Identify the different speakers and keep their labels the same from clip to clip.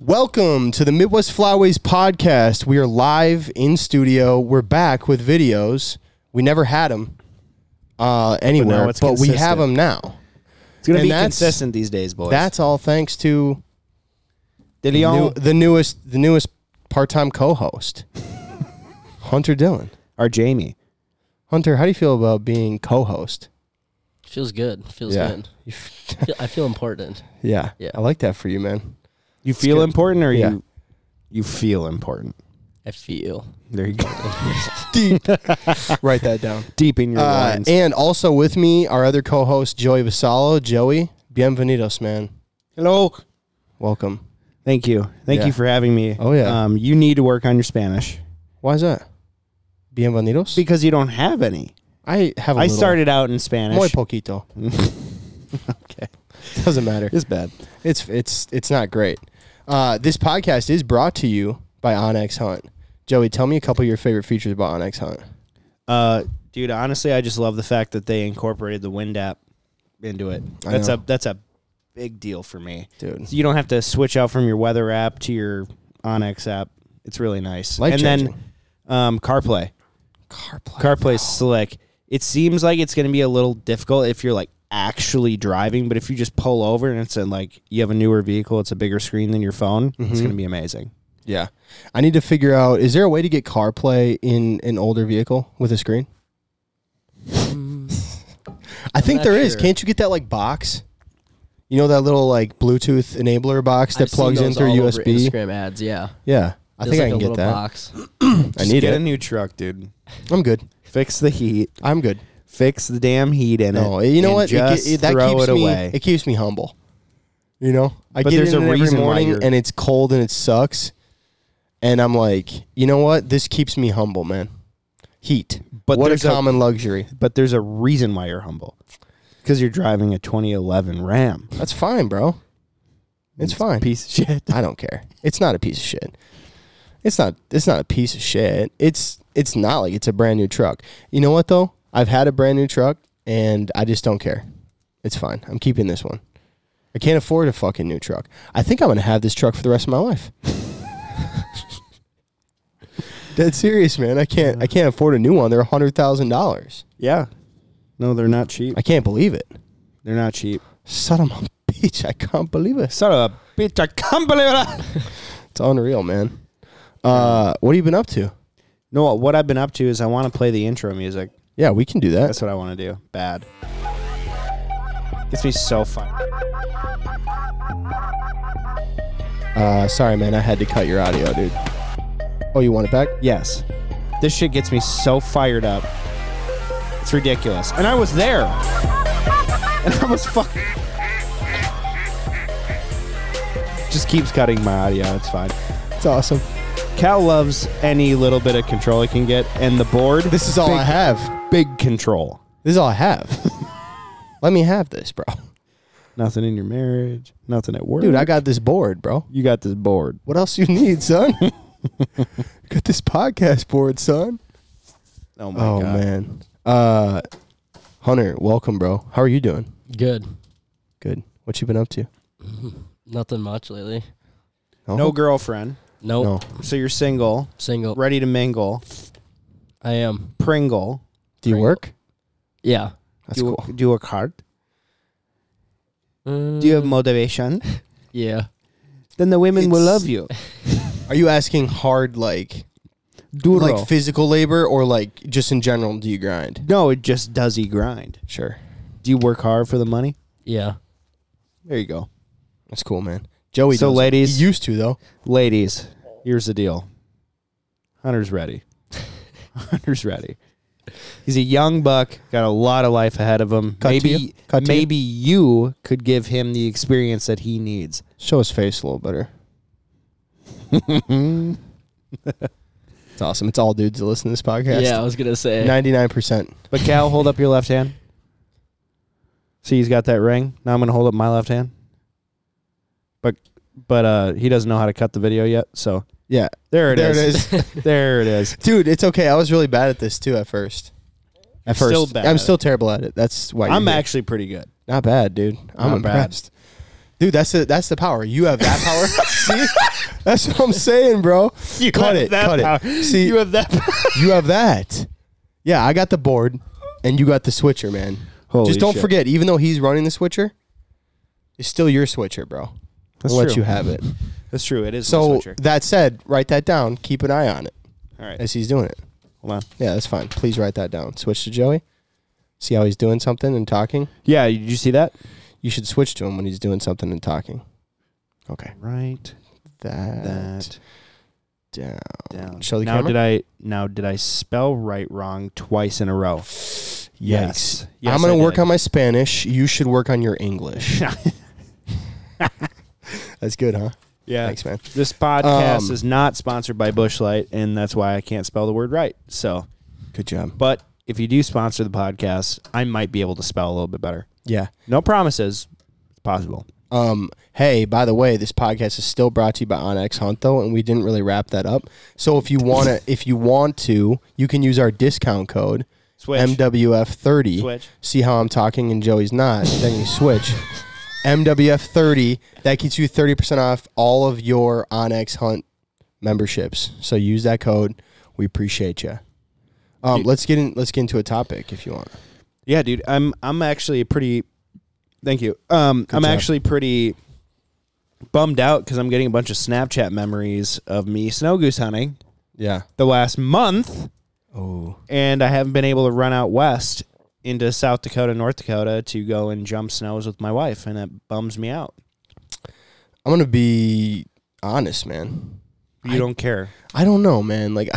Speaker 1: Welcome to the Midwest Flyways podcast. We are live in studio. We're back with videos. We never had them uh, anywhere,
Speaker 2: it's
Speaker 1: but, we
Speaker 2: consistent.
Speaker 1: have them now.
Speaker 2: It's gonna
Speaker 1: And
Speaker 2: be
Speaker 1: that's-
Speaker 2: consistent these days, boys.
Speaker 1: That's all thanks to
Speaker 2: De
Speaker 1: new,
Speaker 2: Leon,
Speaker 1: the newest, the newest part-time co-host, Hunter Dillon.
Speaker 2: our Jamie.
Speaker 1: Hunter, how do you feel about being co-host?
Speaker 3: Feels good. Feels good. Feel- I feel important.
Speaker 1: yeah,
Speaker 3: Yeah.
Speaker 1: I like that for you, man.
Speaker 2: You feel
Speaker 1: good.
Speaker 2: important, or
Speaker 1: Yeah.
Speaker 2: you you feel important.
Speaker 3: I feel.
Speaker 2: There you go.
Speaker 1: Deep. Write that down.
Speaker 2: Deep in your
Speaker 1: Uh,
Speaker 2: lines.
Speaker 1: and also with me, our other co-host Joey Vassallo. Joey, bienvenidos, man.
Speaker 2: Hello.
Speaker 1: Welcome.
Speaker 2: Thank you. Thank
Speaker 1: Yeah.
Speaker 2: you for having me.
Speaker 1: Oh, yeah.
Speaker 2: Um, you need to work on your Spanish
Speaker 1: Why is that? Bienvenidos.
Speaker 2: because you don't have any.
Speaker 1: I have. a
Speaker 2: I
Speaker 1: little.
Speaker 2: started out in Spanish.
Speaker 1: muy poquito.
Speaker 2: okay.
Speaker 1: Doesn't matter.
Speaker 2: It's bad.
Speaker 1: It's it's it's not great. Uh, this podcast is brought to you by Onyx Hunt. Joey, tell me a couple of your favorite features about Onyx Hunt.
Speaker 2: Uh, dude, honestly, I just love the fact that they incorporated the wind app into it.
Speaker 1: I
Speaker 2: That's
Speaker 1: know.
Speaker 2: a that's a big deal for me.
Speaker 1: Dude.
Speaker 2: So you don't have to switch out from your weather app to your Onyx app. It's really nice.
Speaker 1: Life
Speaker 2: and
Speaker 1: changing.
Speaker 2: then um, CarPlay.
Speaker 1: CarPlay.
Speaker 2: CarPlay's slick. It seems like it's going to be a little difficult if you're like actually driving, but if you just pull over and it's in, like you have a newer vehicle, it's a bigger screen than your phone, it's going to be amazing.
Speaker 1: yeah. I need to figure out. Is there a way to get CarPlay in an older vehicle with a screen?
Speaker 3: Mm,
Speaker 1: I think
Speaker 3: not
Speaker 1: there is.
Speaker 3: sure.
Speaker 1: Can't you get that like box? You know that little like Bluetooth enabler box that
Speaker 3: I've seen
Speaker 1: plugs in
Speaker 3: those
Speaker 1: through
Speaker 3: all over
Speaker 1: USB.
Speaker 3: Instagram ads, yeah.
Speaker 1: Yeah, I
Speaker 3: There's
Speaker 1: think
Speaker 3: like
Speaker 1: I can
Speaker 3: a
Speaker 1: get
Speaker 3: little
Speaker 1: that.
Speaker 3: box.
Speaker 1: I need
Speaker 2: get
Speaker 1: it.
Speaker 2: a new truck, dude.
Speaker 1: I'm good.
Speaker 2: Fix the heat.
Speaker 1: I'm good.
Speaker 2: Fix the damn heat in
Speaker 1: No,
Speaker 2: it.
Speaker 1: you know
Speaker 2: and
Speaker 1: what? It ge-
Speaker 2: Just
Speaker 1: it- that
Speaker 2: throw
Speaker 1: keeps
Speaker 2: it
Speaker 1: me.
Speaker 2: away.
Speaker 1: It keeps me humble. You know, I
Speaker 2: But
Speaker 1: get
Speaker 2: there's
Speaker 1: in
Speaker 2: a
Speaker 1: it every
Speaker 2: reason why
Speaker 1: morning
Speaker 2: you're-
Speaker 1: and it's cold and it sucks, and I'm like, you know what? This keeps me humble, man. Heat,
Speaker 2: But
Speaker 1: what a
Speaker 2: there's a-
Speaker 1: common luxury.
Speaker 2: but there's a reason why you're humble. Because you're driving a 2011 Ram.
Speaker 1: That's fine, bro. It's fine.
Speaker 2: Piece of shit.
Speaker 1: I don't care. It's not a piece of shit. It's not. It's not a piece of shit. It's. It's not like it's a brand new truck. You know what though? I've had a brand new truck, and I just don't care. It's fine. I'm keeping this one. I can't afford a fucking new truck. I think I'm gonna have this truck for the rest of my life. Dead serious, man. I can't. I can't afford a new one. They're hundred thousand dollars.
Speaker 2: Yeah. No, they're not cheap.
Speaker 1: I can't believe it.
Speaker 2: They're not cheap.
Speaker 1: Son of a bitch! I can't believe it.
Speaker 2: Son of a bitch, I can't believe it.
Speaker 1: It's unreal, man. Uh, what have you been up to?
Speaker 2: No, what I've been up to is I want to play the intro music.
Speaker 1: Yeah, we can do that.
Speaker 2: That's what I want to do. Bad. Gets me so fun.
Speaker 1: Uh, sorry, man. I had to cut your audio, dude. Oh, you want it back?
Speaker 2: Yes. This shit gets me so fired up. It's ridiculous. And I was there. And I was fucking. Just keeps cutting my audio. It's fine.
Speaker 1: It's awesome.
Speaker 2: Cal loves any little bit of control he can get, and the board.
Speaker 1: This is all I have.
Speaker 2: big control.
Speaker 1: This is all I have. Let me have this, bro.
Speaker 2: Nothing in your marriage. Nothing at work.
Speaker 1: Dude, I got this board, bro.
Speaker 2: you got this board.
Speaker 1: What else you need, son? got this podcast board, son.
Speaker 2: Oh my
Speaker 1: Oh man. Uh, Hunter, welcome, bro. How are you doing?
Speaker 3: Good.
Speaker 1: Good. What you been up to?
Speaker 3: Nothing much lately.
Speaker 2: No girlfriend.
Speaker 3: Nope.
Speaker 1: No.
Speaker 2: So you're single,
Speaker 3: Single.
Speaker 2: ready to mingle,
Speaker 3: I am.
Speaker 2: Pringle.
Speaker 1: Do you work?
Speaker 3: Yeah.
Speaker 1: That's
Speaker 2: do
Speaker 1: cool.
Speaker 2: a, do a card. Do you have motivation?
Speaker 3: Mm. Yeah.
Speaker 2: then the women will
Speaker 1: It's-
Speaker 2: love you.
Speaker 1: Are you asking hard, like,
Speaker 2: Duro.
Speaker 1: like physical labor, or like just in general? Do you grind?
Speaker 2: no, it just does he grind.
Speaker 1: Sure.
Speaker 2: Do you work hard for the money?
Speaker 3: Yeah.
Speaker 2: There you go.
Speaker 1: That's cool, man. Joey.
Speaker 2: So,
Speaker 1: doesn't.
Speaker 2: ladies-
Speaker 1: he used to though.
Speaker 2: Ladies, here's the deal. Hunter's ready. Hunter's ready. He's a young buck, got a lot of life ahead of him.
Speaker 1: Cut to
Speaker 2: maybe
Speaker 1: you. Cut to you.
Speaker 2: maybe you could give him the experience that he needs.
Speaker 1: Show his face a little better. it's awesome. It's all dudes that listen to this podcast.
Speaker 3: Yeah, I was going to say.
Speaker 1: ninety-nine percent.
Speaker 2: But Cal, hold up your left hand. See, he's got that ring. Now I'm gonna hold up my left hand. But but uh, he doesn't know how to cut the video yet. So
Speaker 1: Yeah,
Speaker 2: there it
Speaker 1: there it
Speaker 2: is.
Speaker 1: is,
Speaker 2: there it is.
Speaker 1: dude. It's okay. I was really bad at this too at first. At first,
Speaker 2: Still bad
Speaker 1: I'm
Speaker 2: at
Speaker 1: still terrible at it. That's why you're
Speaker 2: I'm
Speaker 1: here.
Speaker 2: actually pretty good.
Speaker 1: not bad, dude. I'm
Speaker 2: Not bad.
Speaker 1: impressed. Dude, that's the that's the power. You have that power. See, that's what I'm saying, bro. cut it, cut it. See, you have,
Speaker 2: that.
Speaker 1: that. Yeah, I got the board, and you got the switcher, man.
Speaker 2: Holy
Speaker 1: Just don't
Speaker 2: shit.
Speaker 1: forget, even though he's running the switcher, it's still your switcher, bro.
Speaker 2: That's
Speaker 1: I'll let
Speaker 2: true.
Speaker 1: you have it.
Speaker 2: That's true. It is. my
Speaker 1: So
Speaker 2: switcher.
Speaker 1: that said, write that down. Keep an eye on it
Speaker 2: all right,
Speaker 1: as he's doing it.
Speaker 2: hold on.
Speaker 1: Yeah, that's fine. Please write that down. Switch to Joey. See how he's doing something and talking.
Speaker 2: Yeah, did you see that?
Speaker 1: You should switch to him when he's doing something and talking. Okay.
Speaker 2: Right.
Speaker 1: That,
Speaker 2: That
Speaker 1: down.
Speaker 2: down.
Speaker 1: Show the
Speaker 2: now
Speaker 1: camera?
Speaker 2: did I now did I spell right wrong twice in a row? Yes. Yes,
Speaker 1: I'm gonna
Speaker 2: I did.
Speaker 1: work on my Spanish. You should work on your English. that's good, huh?
Speaker 2: Yeah.
Speaker 1: Thanks, man.
Speaker 2: This podcast
Speaker 1: Um,
Speaker 2: is not sponsored by Bushlight, and that's why I can't spell the word right. So,
Speaker 1: Good job.
Speaker 2: but if you do sponsor the podcast, I might be able to spell a little bit better.
Speaker 1: Yeah.
Speaker 2: No promises. It's possible.
Speaker 1: Um, hey, by the way, this podcast is still brought to you by Onyx Hunt though, and we didn't really wrap that up. So if you wanna if you want to, you can use our discount code
Speaker 2: Switch.
Speaker 1: MWF thirty.
Speaker 2: Switch.
Speaker 1: See how I'm talking and Joey's not, then you switch. MWF thirty. That gets you thirty percent off all of your Onyx Hunt memberships. So use that code. We appreciate you. Um, let's get in let's get into a topic if you want.
Speaker 2: Yeah, dude. I'm I'm actually pretty. Thank you. Um, I'm
Speaker 1: job.
Speaker 2: actually pretty bummed out because I'm getting a bunch of Snapchat memories of me snow goose hunting
Speaker 1: Yeah.
Speaker 2: the last month,
Speaker 1: Oh.
Speaker 2: and I haven't been able to run out west into South Dakota, North Dakota to go and jump snows with my wife, and that bums me out.
Speaker 1: I'm gonna be honest, man.
Speaker 2: You don't care.
Speaker 1: I don't know, man. Like,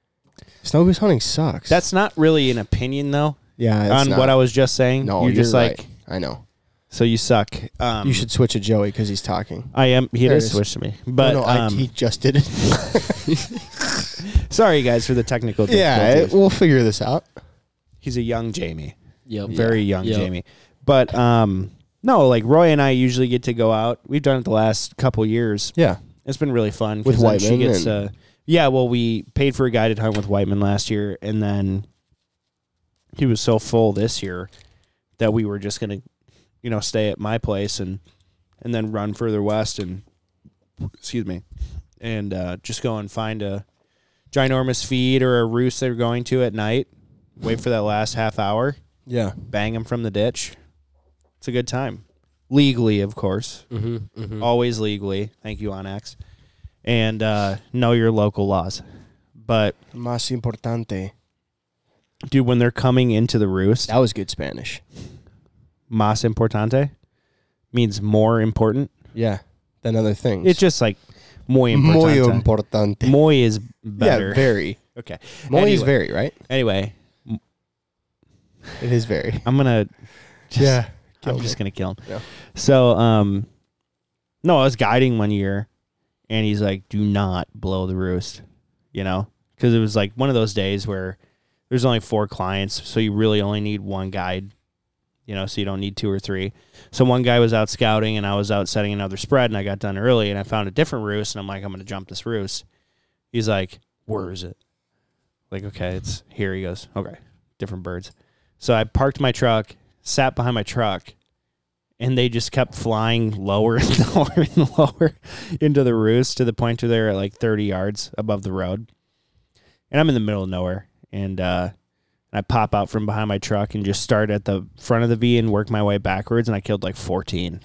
Speaker 1: snow goose hunting sucks.
Speaker 2: That's not really an opinion though
Speaker 1: yeah. it's
Speaker 2: on
Speaker 1: not-
Speaker 2: what I was just saying.
Speaker 1: No,
Speaker 2: you're,
Speaker 1: you're,
Speaker 2: just
Speaker 1: right.
Speaker 2: like
Speaker 1: I know.
Speaker 2: so you suck. Um,
Speaker 1: You should switch to Joey because he's talking.
Speaker 2: I am. He
Speaker 1: There
Speaker 2: did
Speaker 1: it is.
Speaker 2: switch to me, but
Speaker 1: no, no, I,
Speaker 2: um,
Speaker 1: he just did it.
Speaker 2: sorry guys for the technical.
Speaker 1: yeah,
Speaker 2: difficulties.
Speaker 1: it- we'll figure this out.
Speaker 2: he's a young Jamie,
Speaker 3: Yep.
Speaker 2: very young
Speaker 3: Yep.
Speaker 2: Jamie. But um, no, like Roy and I usually get to go out. We've done it the last couple years.
Speaker 1: Yeah,
Speaker 2: It's been really fun 'cause
Speaker 1: With
Speaker 2: then
Speaker 1: Whiteman
Speaker 2: She gets,
Speaker 1: and-
Speaker 2: uh, yeah, well, we paid for a guided hunt with Whiteman last year, and then he was so full this year that we were just gonna, you know, stay at my place and and then run further west and excuse me, and uh, just go and find a ginormous feed or a roost they're going to at night. Wait for that last half hour,
Speaker 1: yeah.
Speaker 2: bang them from the ditch. It's a good time, legally, of course
Speaker 3: hmm hmm
Speaker 1: Oh.
Speaker 2: always legally. Thank you, Onyx. And uh, know your local laws. But
Speaker 1: Más importante.
Speaker 2: dude, when they're coming into the roost,
Speaker 1: That was good Spanish.
Speaker 2: más importante means more important.
Speaker 1: Yeah, than other things.
Speaker 2: It's just like muy
Speaker 1: muy
Speaker 2: importante.
Speaker 1: importante.
Speaker 2: Muy is better.
Speaker 1: Yeah, very.
Speaker 2: okay.
Speaker 1: Muy is
Speaker 2: Anyway.
Speaker 1: very, right?
Speaker 2: Anyway,
Speaker 1: It is very.
Speaker 2: I'm gonna. Just,
Speaker 1: yeah.
Speaker 2: I'm just gonna kill him.
Speaker 1: Yeah.
Speaker 2: So, um, no, I was guiding one year, and he's like, "Do not blow the roost," you know, because it was like one of those days where there's only four clients, so you really only need one guide, you know, so you don't need two or three. So one guy was out scouting, and I was out setting another spread, and I got done early, and I found a different roost, and I'm like, "I'm gonna jump this roost." He's like, "Where is it?" Like, okay, it's here. He goes, "Okay, different birds." So I parked my truck, sat behind my truck, and they just kept flying lower and lower and lower into the roost to the point where they're at like 30 yards above the road. And I'm in the middle of nowhere. And, uh, and I pop out from behind my truck and just start at the front of the V and work my way backwards. And I killed like 14.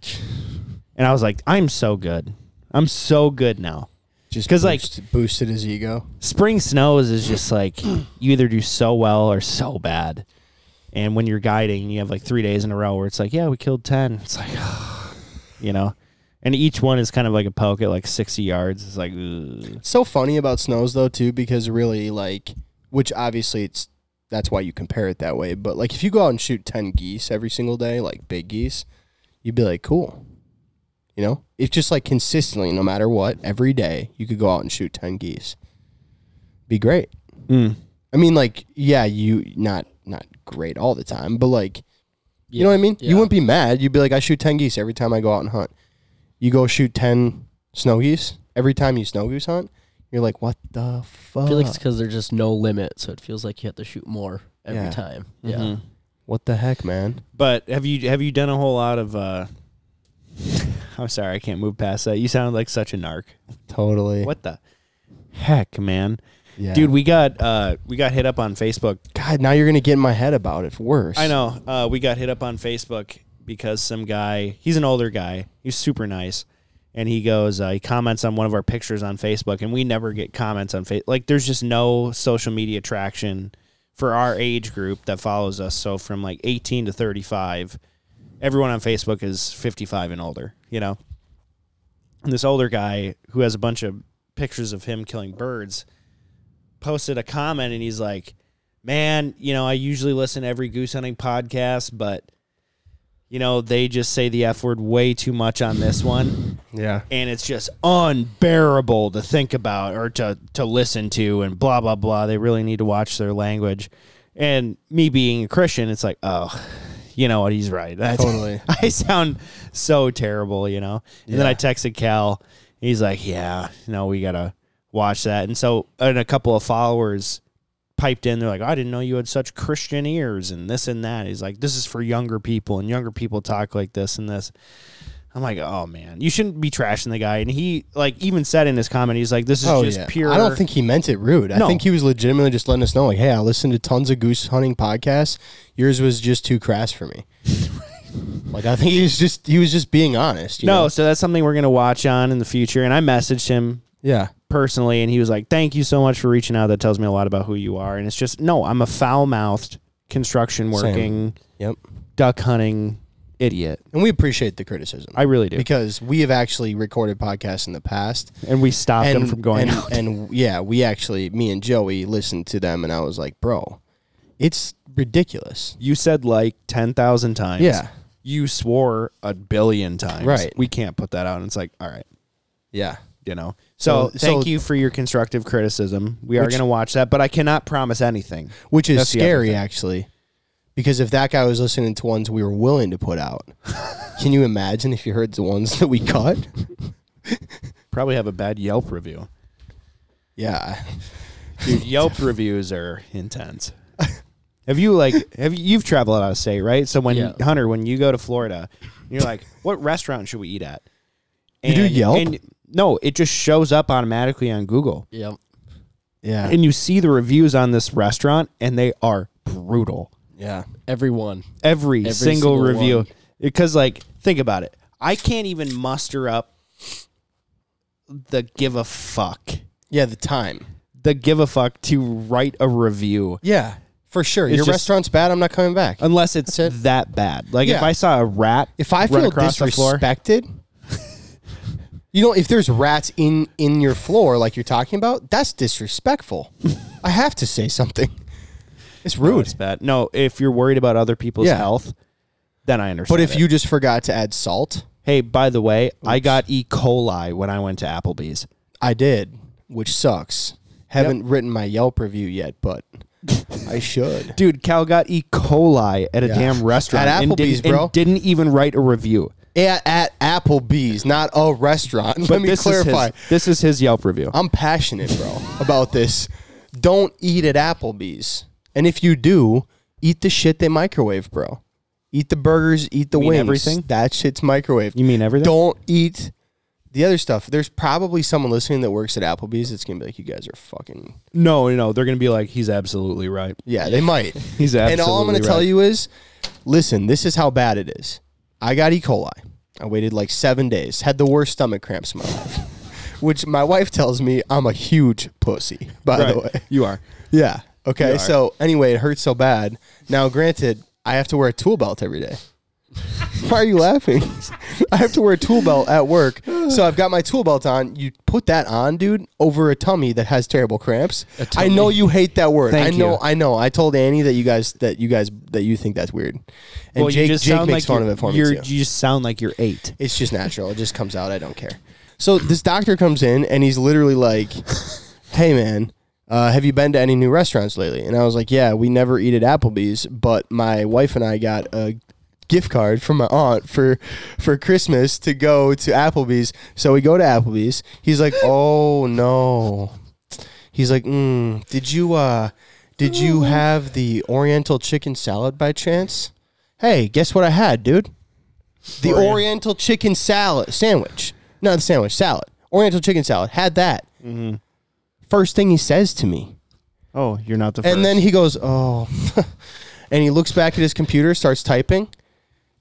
Speaker 2: And I was like, I'm so good. I'm so good now.
Speaker 1: Just
Speaker 2: 'Cause, like-
Speaker 1: boost- boosted his ego.
Speaker 2: Spring snows is just like you either do so well or so bad. And when you're guiding, you have like three days in a row where it's like, yeah, we killed 10. It's like, you know? And each one is kind of like a poke at like 60 yards. It's like, ugh.
Speaker 1: so funny about snows though too because really like which obviously it's that's why you compare it that way but like if you go out and shoot 10 geese every single day like big geese you'd be like cool you know it's just like consistently no matter what every day you could go out and shoot 10 geese be great
Speaker 2: Mm.
Speaker 1: i mean like yeah you not not great all the time but like you know what i mean you
Speaker 3: yeah.
Speaker 1: wouldn't be mad you'd be like i shoot 10 geese every time i go out and hunt you go shoot 10 snow geese every time you snow goose hunt you're like what the fuck
Speaker 3: I feel like it's because there's just no limit, so it feels like you have to shoot more every
Speaker 1: Yeah.
Speaker 3: time. Yeah.
Speaker 2: Mhm.
Speaker 1: what the heck man
Speaker 2: But have you have you done a whole lot of uh I'm sorry, I can't move past that. You sound like such a narc.
Speaker 1: Totally.
Speaker 2: What the heck, man?
Speaker 1: Yeah.
Speaker 2: Dude, we got uh we got hit up on Facebook.
Speaker 1: God, now you're gonna get in my head about it. Worse.
Speaker 2: I know. Uh we got hit up on Facebook because some guy, he's an older guy. He's super nice. And he goes, uh, he comments on one of our pictures on Facebook, and we never get comments on Facebook. Like, there's just no social media traction for our age group that follows us. So, from like 18 to 35, everyone on Facebook is 55 and older, you know? And this older guy who has a bunch of pictures of him killing birds posted a comment and he's like, Man, you know, I usually listen to every goose hunting podcast, but, you know, they just say the F word way too much on this one.
Speaker 1: Yeah.
Speaker 2: And it's just unbearable to think about or to, to listen to and blah, blah, blah. They really need to watch their language. And me being a Christian, it's like, oh, you know what? He's right. That's,
Speaker 1: Totally.
Speaker 2: I sound so terrible, you know. And then I texted Cal. and He's like, "Yeah, no, we gotta watch that." And so, and a couple of followers piped in. They're like, "I didn't know you had such Christian ears and this and that." He's like, "This is for younger people, and younger people talk like this and this." I'm like, "Oh man, you shouldn't be trashing the guy." And he like even said in his comment, he's like, "This is
Speaker 1: Oh
Speaker 2: just
Speaker 1: yeah.
Speaker 2: pure."
Speaker 1: I don't think he meant it rude. I
Speaker 2: No.
Speaker 1: think he was legitimately just letting us know, like, hey, I listened to tons of goose hunting podcasts. Yours was just too crass for me. like I think he was just he was just being honest. you
Speaker 2: no.
Speaker 1: know?
Speaker 2: So that's something we're gonna watch on in the future. And I messaged him
Speaker 1: Yeah.
Speaker 2: personally and he was like thank you so much for reaching out that tells me a lot about who you are and it's just no i'm a foul-mouthed construction working
Speaker 1: Yep.
Speaker 2: duck hunting idiot
Speaker 1: And we appreciate the criticism.
Speaker 2: i really do
Speaker 1: because we have actually recorded podcasts in the past
Speaker 2: and we stopped him from going
Speaker 1: and,
Speaker 2: out
Speaker 1: and yeah, we actually me and Joey listened to them and I was like, "Bro, it's ridiculous."
Speaker 2: you said like 10,000 times
Speaker 1: Yeah.
Speaker 2: you swore a billion times
Speaker 1: Right.
Speaker 2: we can't put that out and it's like all right
Speaker 1: Yeah.
Speaker 2: you know so,
Speaker 1: So-
Speaker 2: thank
Speaker 1: so-
Speaker 2: you for your constructive criticism we are
Speaker 1: Which-
Speaker 2: going to watch that but i cannot promise anything
Speaker 1: Which is
Speaker 2: That's the other
Speaker 1: scary
Speaker 2: thing.
Speaker 1: actually. Because if that guy was listening to ones we were willing to put out, can you imagine if you heard the ones that we cut?
Speaker 2: probably have a bad yelp review
Speaker 1: Yeah.
Speaker 2: Dude, Yelp reviews are intense. Have you like have you, you've traveled out of state, right? So when
Speaker 3: Yeah.
Speaker 2: Hunter, when you go to Florida, you're like, what restaurant should we eat at?
Speaker 1: You do Yelp?
Speaker 2: no, it just shows up automatically on Google,
Speaker 3: Yep.
Speaker 1: Yeah.
Speaker 2: and you see the reviews on this restaurant, and they are brutal.
Speaker 1: yeah.
Speaker 3: Everyone.
Speaker 2: Every, single,
Speaker 3: single
Speaker 2: review,
Speaker 3: one.
Speaker 2: because like think about it, I can't even muster up the give a fuck,
Speaker 1: Yeah, the time.
Speaker 2: the give a fuck to write a review.
Speaker 1: Yeah. For sure. Your
Speaker 2: just-
Speaker 1: restaurant's bad, I'm not coming back.
Speaker 2: unless it's
Speaker 1: That's
Speaker 2: that bad. Like if
Speaker 1: Yeah.
Speaker 2: I saw a rat,
Speaker 1: if I
Speaker 2: run
Speaker 1: feel
Speaker 2: across the floor,
Speaker 1: disrespected, you know, if there's rats in in your floor like you're talking about, that's disrespectful. I have to say something. It's
Speaker 2: no,
Speaker 1: rude.
Speaker 2: oh, it's bad. No, if you're worried about other people's
Speaker 1: Yeah.
Speaker 2: health, then I understand.
Speaker 1: but if
Speaker 2: it.
Speaker 1: you just forgot to add salt,
Speaker 2: hey, by the way, I got E. coli when I went to Applebee's.
Speaker 1: I did, which sucks. Haven't written my Yelp review yet, but I should.
Speaker 2: Dude, Cal got E. coli at a
Speaker 1: Yeah.
Speaker 2: damn restaurant
Speaker 1: At
Speaker 2: and
Speaker 1: Applebee's,
Speaker 2: didn't, and
Speaker 1: bro.
Speaker 2: didn't even write a review.
Speaker 1: At, at Applebee's, not a restaurant. Let me
Speaker 2: this
Speaker 1: clarify.
Speaker 2: Is his, this is his Yelp review.
Speaker 1: I'm passionate, bro, about this. Don't eat at Applebee's. And if you do, eat the shit they microwave, bro. Eat the burgers, eat the
Speaker 2: mean
Speaker 1: wings.
Speaker 2: everything?
Speaker 1: That shit's microwaved.
Speaker 2: You mean everything?
Speaker 1: Don't eat the other stuff. There's probably someone listening that works at Applebee's that's gonna be like, you guys are fucking.
Speaker 2: No, no, they're gonna be like, he's absolutely right.
Speaker 1: Yeah, they might.
Speaker 2: He's absolutely
Speaker 1: and all I'm gonna
Speaker 2: right.
Speaker 1: tell you is, listen, this is how bad it is. I got E. coli. I waited like seven days. Had the worst stomach cramps in my life. Which my wife tells me I'm a huge pussy, by the
Speaker 2: Right.
Speaker 1: way.
Speaker 2: you are.
Speaker 1: Yeah.
Speaker 2: You are.
Speaker 1: Okay. So anyway, it hurts so bad. Now, granted, I have to wear a tool belt every day. Why are you laughing? I have to wear a tool belt at work. So I've got my tool belt on. You put that on, dude, over a tummy that has terrible cramps. I know you hate that word.
Speaker 2: Thank
Speaker 1: I know.
Speaker 2: you.
Speaker 1: I know. I told Annie that you guys that you guys that you think that's weird. And Jake Jake makes fun of
Speaker 2: you're-
Speaker 1: it for me
Speaker 2: you're-
Speaker 1: too.
Speaker 2: You just sound like you're eight.
Speaker 1: It's just natural. It just comes out. I don't care. So this doctor comes in and he's literally like, "Hey man, uh, have you been to any new restaurants lately?" And I was like, "Yeah, we never eat at Applebee's, but my wife and I got a gift card from my aunt for for Christmas to go to Applebee's. So we go to Applebee's. He's like, "Oh no." He's like, mm, "Did you uh did you have the oriental chicken salad by chance?" Hey, guess what I had, dude? The
Speaker 2: Orient-
Speaker 1: Oriental chicken salad sandwich. Not the sandwich, salad. Oriental chicken salad. Had that.
Speaker 2: Mm-hmm.
Speaker 1: First thing he says to me.
Speaker 2: Oh, you're not the first.
Speaker 1: And then he goes, "Oh." and he looks back at his computer, starts typing,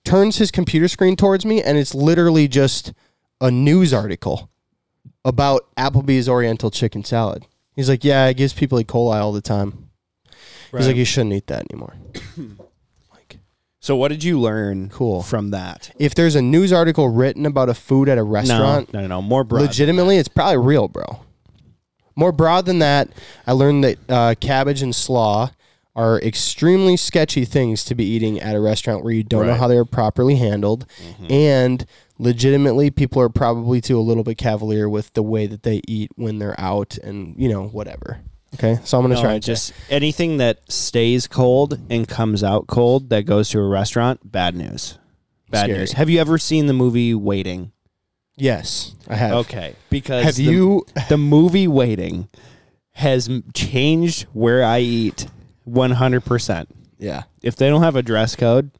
Speaker 1: turns his computer screen towards me, and it's literally just a news article about Applebee's Oriental chicken salad. He's like, "Yeah, it gives people E. coli all the time." He's like, "You shouldn't eat that anymore." like,
Speaker 2: so what did you learn?
Speaker 1: Cool.
Speaker 2: from that.
Speaker 1: if there's a news article written about a food at a
Speaker 2: No,
Speaker 1: restaurant,
Speaker 2: no, no, no, more broad.
Speaker 1: legitimately, it's probably real, bro. More broad than that, I learned that uh, cabbage and slaw are extremely sketchy things to be eating at a restaurant where you don't know
Speaker 2: Right. Mm-hmm.
Speaker 1: how they're properly handled, and legitimately, people are probably too a little bit cavalier with the way that they eat when they're out and you know whatever. Okay, so I'm gonna
Speaker 2: No,
Speaker 1: try
Speaker 2: it
Speaker 1: and
Speaker 2: just anything that stays cold and comes out cold that goes to a restaurant. Bad news. Bad
Speaker 1: Scary.
Speaker 2: news. Have you ever seen the movie Waiting?
Speaker 1: yes, I have.
Speaker 2: Okay, because
Speaker 1: Have
Speaker 2: the-
Speaker 1: you?
Speaker 2: the movie Waiting has m- changed where I eat 100%.
Speaker 1: Yeah,
Speaker 2: If they don't have a dress code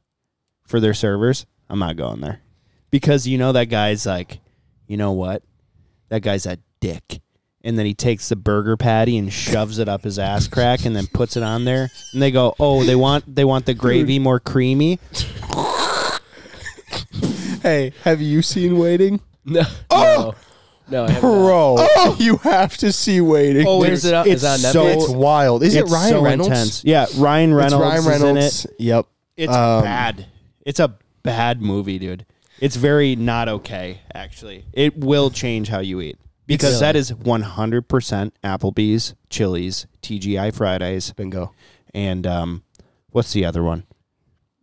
Speaker 2: for their servers, I'm not going there. Because you know that guy's like, you know what? That guy's a dick. And then he takes the burger patty and shoves it up his ass crack and then puts it on there. And they go, "Oh, they want they want the gravy more creamy."
Speaker 1: Hey, have you seen Waiting?
Speaker 3: No. Oh! No, I haven't.
Speaker 1: Bro,
Speaker 2: Oh!
Speaker 1: you have to see Waiting.
Speaker 3: Oh, wait,
Speaker 1: There's-
Speaker 3: is it, on,
Speaker 2: it's
Speaker 3: is it on
Speaker 2: so-
Speaker 3: Netflix?
Speaker 1: it's wild. Is it
Speaker 2: It's
Speaker 1: Ryan
Speaker 2: so
Speaker 1: Reynolds?
Speaker 2: intense. Yeah, Ryan
Speaker 1: It's
Speaker 2: Reynolds,
Speaker 1: Ryan
Speaker 2: is in
Speaker 1: Reynolds.
Speaker 2: it.
Speaker 1: Yep.
Speaker 2: It's
Speaker 1: Um,
Speaker 2: bad. It's a bad movie, dude. It's very not okay, actually. It will change how you eat because that is 100% Applebee's, Chili's, TGI Fridays,
Speaker 1: Bingo.
Speaker 2: and um, what's the other one?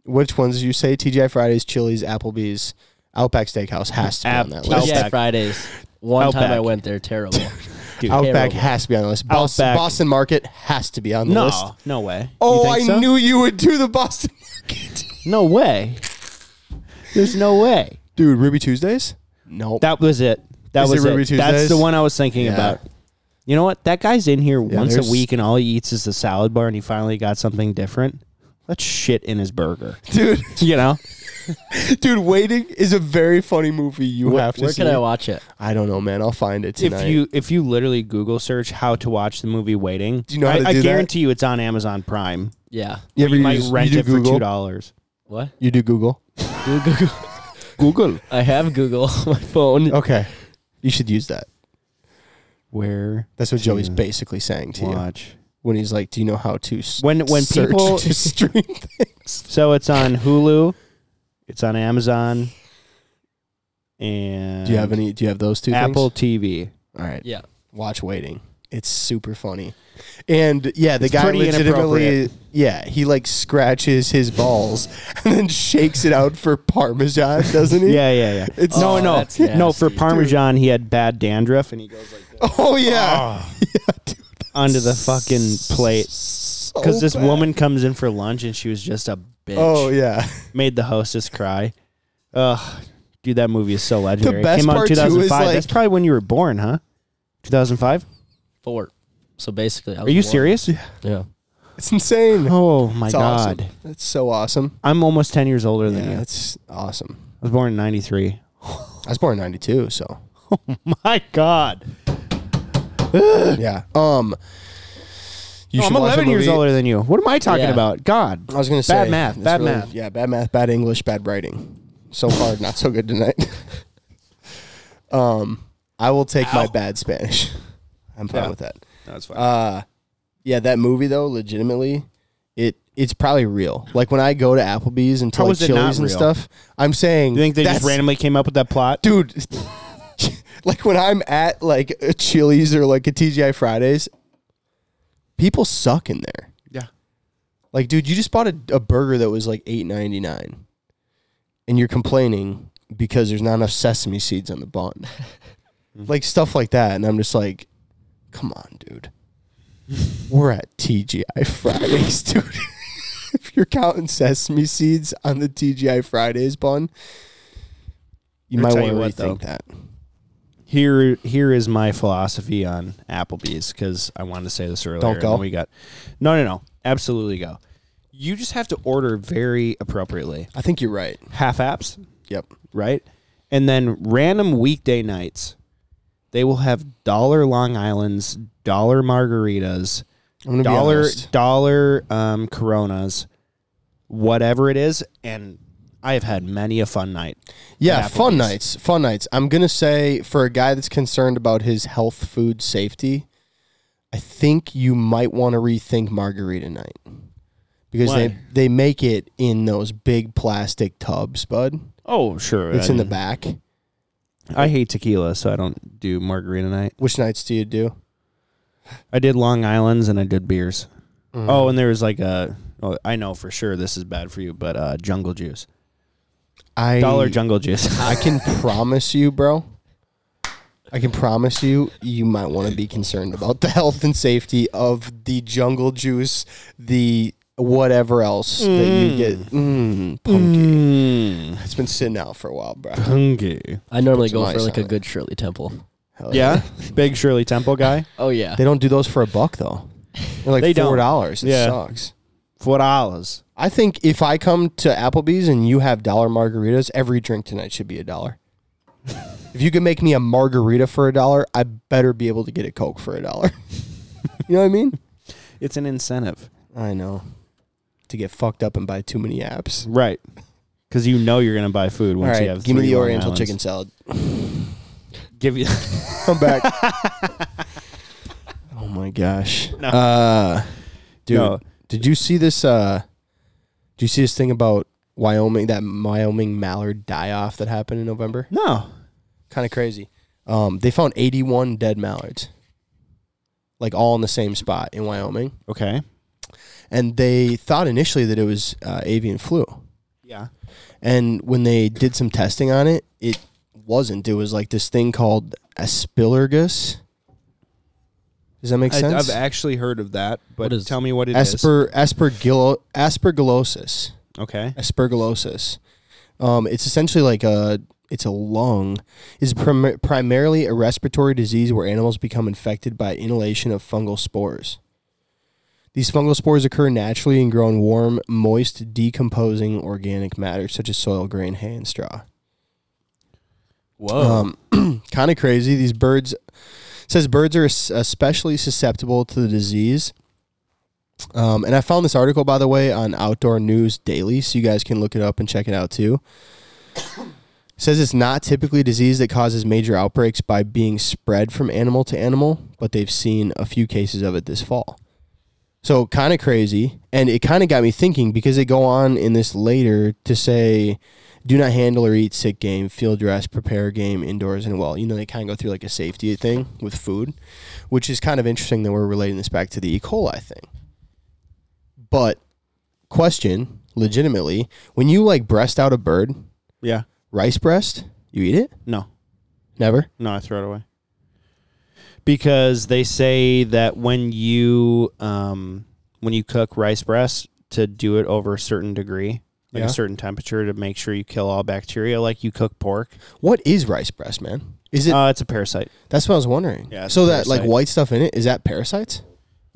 Speaker 1: Which ones did you say? TGI Fridays, Chili's, Applebee's, Outback Steakhouse has to be on
Speaker 2: App-
Speaker 1: that
Speaker 3: Yeah,
Speaker 1: list.
Speaker 2: Outback.
Speaker 3: Fridays. One time I
Speaker 2: Outback.
Speaker 3: went there, terrible.
Speaker 2: Dude,
Speaker 1: Outback
Speaker 3: Terrible.
Speaker 1: has to be on the list. Boston,
Speaker 2: Outback.
Speaker 1: Boston Market has to be on the
Speaker 2: no,
Speaker 1: list.
Speaker 2: no way.
Speaker 1: Oh,
Speaker 2: You
Speaker 1: I
Speaker 2: think so?
Speaker 1: knew you would do the Boston Market.
Speaker 2: No way. There's no way.
Speaker 1: Dude, Ruby Tuesdays? No.
Speaker 2: That was it. That
Speaker 1: Is it
Speaker 2: was it.
Speaker 1: Ruby
Speaker 2: That's
Speaker 1: Tuesdays?
Speaker 2: the one I was thinking
Speaker 1: Yeah.
Speaker 2: about. You know what? That guy's in here once a
Speaker 1: there's-
Speaker 2: week and all he eats is the salad bar and he finally got something different. Let's shit in his burger.
Speaker 1: dude,
Speaker 2: You know?
Speaker 1: dude, Waiting is a very funny movie. You have to
Speaker 3: Where
Speaker 1: see.
Speaker 3: can I watch it?
Speaker 1: I don't know, man. I'll find it tonight.
Speaker 2: If you if you literally Google search how to watch the movie Waiting,
Speaker 1: Do you know how
Speaker 2: I,
Speaker 1: to
Speaker 2: I
Speaker 1: do that?
Speaker 2: guarantee you it's on Amazon Prime.
Speaker 3: Yeah.
Speaker 1: you,
Speaker 2: Or
Speaker 1: ever
Speaker 2: you might
Speaker 1: use-
Speaker 2: rent
Speaker 1: you
Speaker 2: it
Speaker 1: do Google?
Speaker 2: for two dollars.
Speaker 3: What?
Speaker 1: You do Google.
Speaker 3: Do Google.
Speaker 2: Google.
Speaker 3: I have Google on my phone.
Speaker 1: Okay. You should use that.
Speaker 2: Where
Speaker 1: That's what Joey's
Speaker 2: Yeah.
Speaker 1: basically saying to you
Speaker 2: watch.
Speaker 1: when he's like, "Do you know how to s-
Speaker 2: When when
Speaker 1: search
Speaker 2: people
Speaker 1: to stream things?"
Speaker 2: so it's on Hulu, it's on Amazon, and
Speaker 1: Do you have any? Do you have those two?
Speaker 2: Apple
Speaker 1: Things?
Speaker 2: TV.
Speaker 1: All right.
Speaker 3: Yeah.
Speaker 1: Watch waiting. It's super funny, and yeah, the
Speaker 2: It's
Speaker 1: guy
Speaker 2: pretty
Speaker 1: legitimately,
Speaker 2: inappropriate.
Speaker 1: yeah, he like scratches his balls and then shakes it out for parmesan, doesn't he?
Speaker 2: Yeah, yeah, yeah.
Speaker 1: It's-
Speaker 2: no,
Speaker 1: Oh,
Speaker 2: no,
Speaker 3: that's
Speaker 2: no. For
Speaker 3: nasty.
Speaker 2: Parmesan, he had bad dandruff, and he goes like this
Speaker 1: Oh yeah. yeah dude,
Speaker 2: onto Oh. the fucking plate. Because
Speaker 1: Because
Speaker 2: this woman comes in for lunch, and she was just a bitch.
Speaker 1: Oh yeah.
Speaker 2: made the hostess cry. Ugh, dude, that movie is so legendary.
Speaker 1: best
Speaker 2: it came out
Speaker 1: part,
Speaker 2: in
Speaker 1: too, is,
Speaker 2: 2005. That's
Speaker 1: like-
Speaker 2: probably when you were born, huh? 2005.
Speaker 3: Four. So basically, I
Speaker 2: Are
Speaker 3: was
Speaker 2: you
Speaker 3: one.
Speaker 2: serious?
Speaker 3: Yeah.
Speaker 1: It's insane.
Speaker 2: Oh my
Speaker 1: it's
Speaker 2: god,
Speaker 1: Awesome. That's so awesome.
Speaker 2: I'm almost 10 years older than
Speaker 1: Yeah,
Speaker 2: you. I
Speaker 1: it's awesome.
Speaker 2: was born in '93.
Speaker 1: I was born in '92, so
Speaker 2: My god,
Speaker 1: yeah. Um, you should
Speaker 2: No, Oh,
Speaker 1: watch
Speaker 2: I'm
Speaker 1: a
Speaker 2: 11 years
Speaker 1: movie.
Speaker 2: older than you. What am I talking
Speaker 3: Yeah.
Speaker 2: about? God,
Speaker 1: I was gonna say
Speaker 2: Bad math,
Speaker 1: it's
Speaker 2: bad math.
Speaker 1: Yeah, bad math, bad English, bad writing. So far, not so good tonight. um, I will take my bad Spanish. I'm fine
Speaker 2: Yeah.
Speaker 1: with that.
Speaker 2: that's fine.
Speaker 1: Uh, yeah, that movie though, legitimately, it it's probably real. Like when I go to Applebee's and to
Speaker 2: How
Speaker 1: like
Speaker 2: is it not
Speaker 1: Chili's and
Speaker 2: real?
Speaker 1: stuff, I'm saying
Speaker 2: you think they just
Speaker 1: that's-
Speaker 2: randomly came up with that plot?
Speaker 1: dude. like when I'm at like a Chili's or like a TGI Fridays, people suck in there.
Speaker 2: Yeah.
Speaker 1: Like, dude, you just bought a, a burger that was like eight ninety nine, and you're complaining because there's not enough sesame seeds on the bun,
Speaker 2: Mm-hmm.
Speaker 1: like stuff like that. And I'm just like, come on, dude. We're at TGI Fridays, dude. if you're counting sesame seeds on the TGI Fridays bun, you
Speaker 2: I'll
Speaker 1: might
Speaker 2: tell
Speaker 1: want to
Speaker 2: you what,
Speaker 1: rethink
Speaker 2: though.
Speaker 1: that.
Speaker 2: here here is my philosophy on Applebee's because I wanted to say this earlier.
Speaker 1: Don't
Speaker 2: and
Speaker 1: go.
Speaker 2: then We got no, no, no. Absolutely go. You just have to order very appropriately.
Speaker 1: I think you're right.
Speaker 2: Half apps,
Speaker 1: Yep.
Speaker 2: right? And then random weekday nights, they will have dollar Long Island's, dollar margaritas,
Speaker 1: I'm gonna be
Speaker 2: dollar
Speaker 1: honest.
Speaker 2: dollar um, Coronas, whatever it is, and I have had many a fun night.
Speaker 1: Yeah,
Speaker 2: at
Speaker 1: fun
Speaker 2: Applebee's.
Speaker 1: nights. Fun nights. I'm gonna say for a guy that's concerned about his health, food, safety, I think you might want to rethink margarita night because they
Speaker 2: Why?
Speaker 1: they make it in those big plastic tubs, bud.
Speaker 2: Oh, sure.
Speaker 1: It's
Speaker 2: I
Speaker 1: in the
Speaker 2: mean,
Speaker 1: back.
Speaker 2: I hate tequila, so I don't do margarita night.
Speaker 1: Which nights do you do?
Speaker 2: I did Long Island's and I did beers.
Speaker 1: Mm.
Speaker 2: Oh, and there was like a. Oh, I know for sure this is bad for you, but uh, jungle juice,
Speaker 1: I
Speaker 2: dollar jungle juice.
Speaker 1: I can promise you, bro. I can promise you, you might want to be concerned about the health and safety of the jungle juice, the whatever else that you get. Mm, punky.
Speaker 2: Mm,
Speaker 1: It's been sitting out for a while, bro.
Speaker 2: punky.
Speaker 3: I normally
Speaker 1: Put
Speaker 3: go
Speaker 1: some
Speaker 3: for
Speaker 1: ice
Speaker 3: like
Speaker 1: on
Speaker 3: a
Speaker 1: it.
Speaker 3: good Shirley Temple.
Speaker 1: Hell
Speaker 2: Yeah, big Shirley Temple guy.
Speaker 3: Oh yeah.
Speaker 1: They don't do those for a buck, though. They're like
Speaker 2: They don't.
Speaker 1: $4. dollars. It
Speaker 2: Yeah.
Speaker 1: sucks.
Speaker 2: Four dollars.
Speaker 1: I think if I come to Applebee's and you have dollar margaritas, every drink tonight should be a dollar. if you can make me a margarita for a dollar, I better be able to get a Coke for a dollar. you know what I mean?
Speaker 2: It's an incentive,
Speaker 1: I know. To get fucked up and buy too many apps.
Speaker 2: right? Because you know you're gonna buy food
Speaker 1: All
Speaker 2: once you
Speaker 1: right,
Speaker 2: have.
Speaker 1: give me
Speaker 2: three
Speaker 1: the
Speaker 2: Long
Speaker 1: Oriental
Speaker 2: Islands.
Speaker 1: chicken salad.
Speaker 2: Give you.
Speaker 1: Come back. oh my gosh. Uh, dude,
Speaker 2: No.
Speaker 1: did you see this? Uh, did you see this thing about Wyoming? That Wyoming mallard die off that happened in November.
Speaker 2: no.
Speaker 1: Kind of crazy. Um, they found 81 dead mallards, like all in the same spot in Wyoming,
Speaker 2: Okay.
Speaker 1: and they thought initially that it was uh, avian flu.
Speaker 2: Yeah.
Speaker 1: And when they did some testing on it, it wasn't. It was like this thing called aspilurgus. Does that make
Speaker 2: I,
Speaker 1: sense?
Speaker 2: have actually heard of that, but
Speaker 3: What is-
Speaker 2: tell me what it is.
Speaker 1: Asper aspergillo, aspergillosis.
Speaker 2: Okay.
Speaker 1: Aspergillosis. Um, it's essentially like a it's a lung. It's prim- primarily a respiratory disease where animals become infected by inhalation of fungal spores. These fungal spores occur naturally and grow in warm, moist, decomposing organic matter such as soil, grain, hay, and straw.
Speaker 2: Whoa.
Speaker 1: Um, kind of crazy. These birds it says birds are es- especially susceptible to the disease. Um, and I found this article by the way on Outdoor News Daily, so you guys can look it up and check it out too. It says it's not typically a disease that causes major outbreaks by being spread from animal to animal, but they've seen a few cases of it this fall. So kind of crazy, and it kind of got me thinking because they go on in this later to say, "Do not handle or eat sick game, field dress, prepare game indoors and well." You know, they kind of go through like a safety thing with food, which is kind of interesting that we're relating this back to the E. coli thing. But question, legitimately, when you like breast out a bird,
Speaker 2: yeah.
Speaker 1: rice breast, you eat it?
Speaker 2: No.
Speaker 1: Never.
Speaker 2: No, I throw it away. Because they say that when you um, when you cook rice breast to do it over a certain degree, like
Speaker 1: Yeah.
Speaker 2: a certain temperature to make sure you kill all bacteria, like you cook pork.
Speaker 1: What is rice breast, man? Is it?
Speaker 2: uh, it's a parasite.
Speaker 1: that's what I was wondering.
Speaker 2: yeah, it's
Speaker 1: so
Speaker 2: a
Speaker 1: that like
Speaker 2: parasite.
Speaker 1: white stuff in it is that parasites?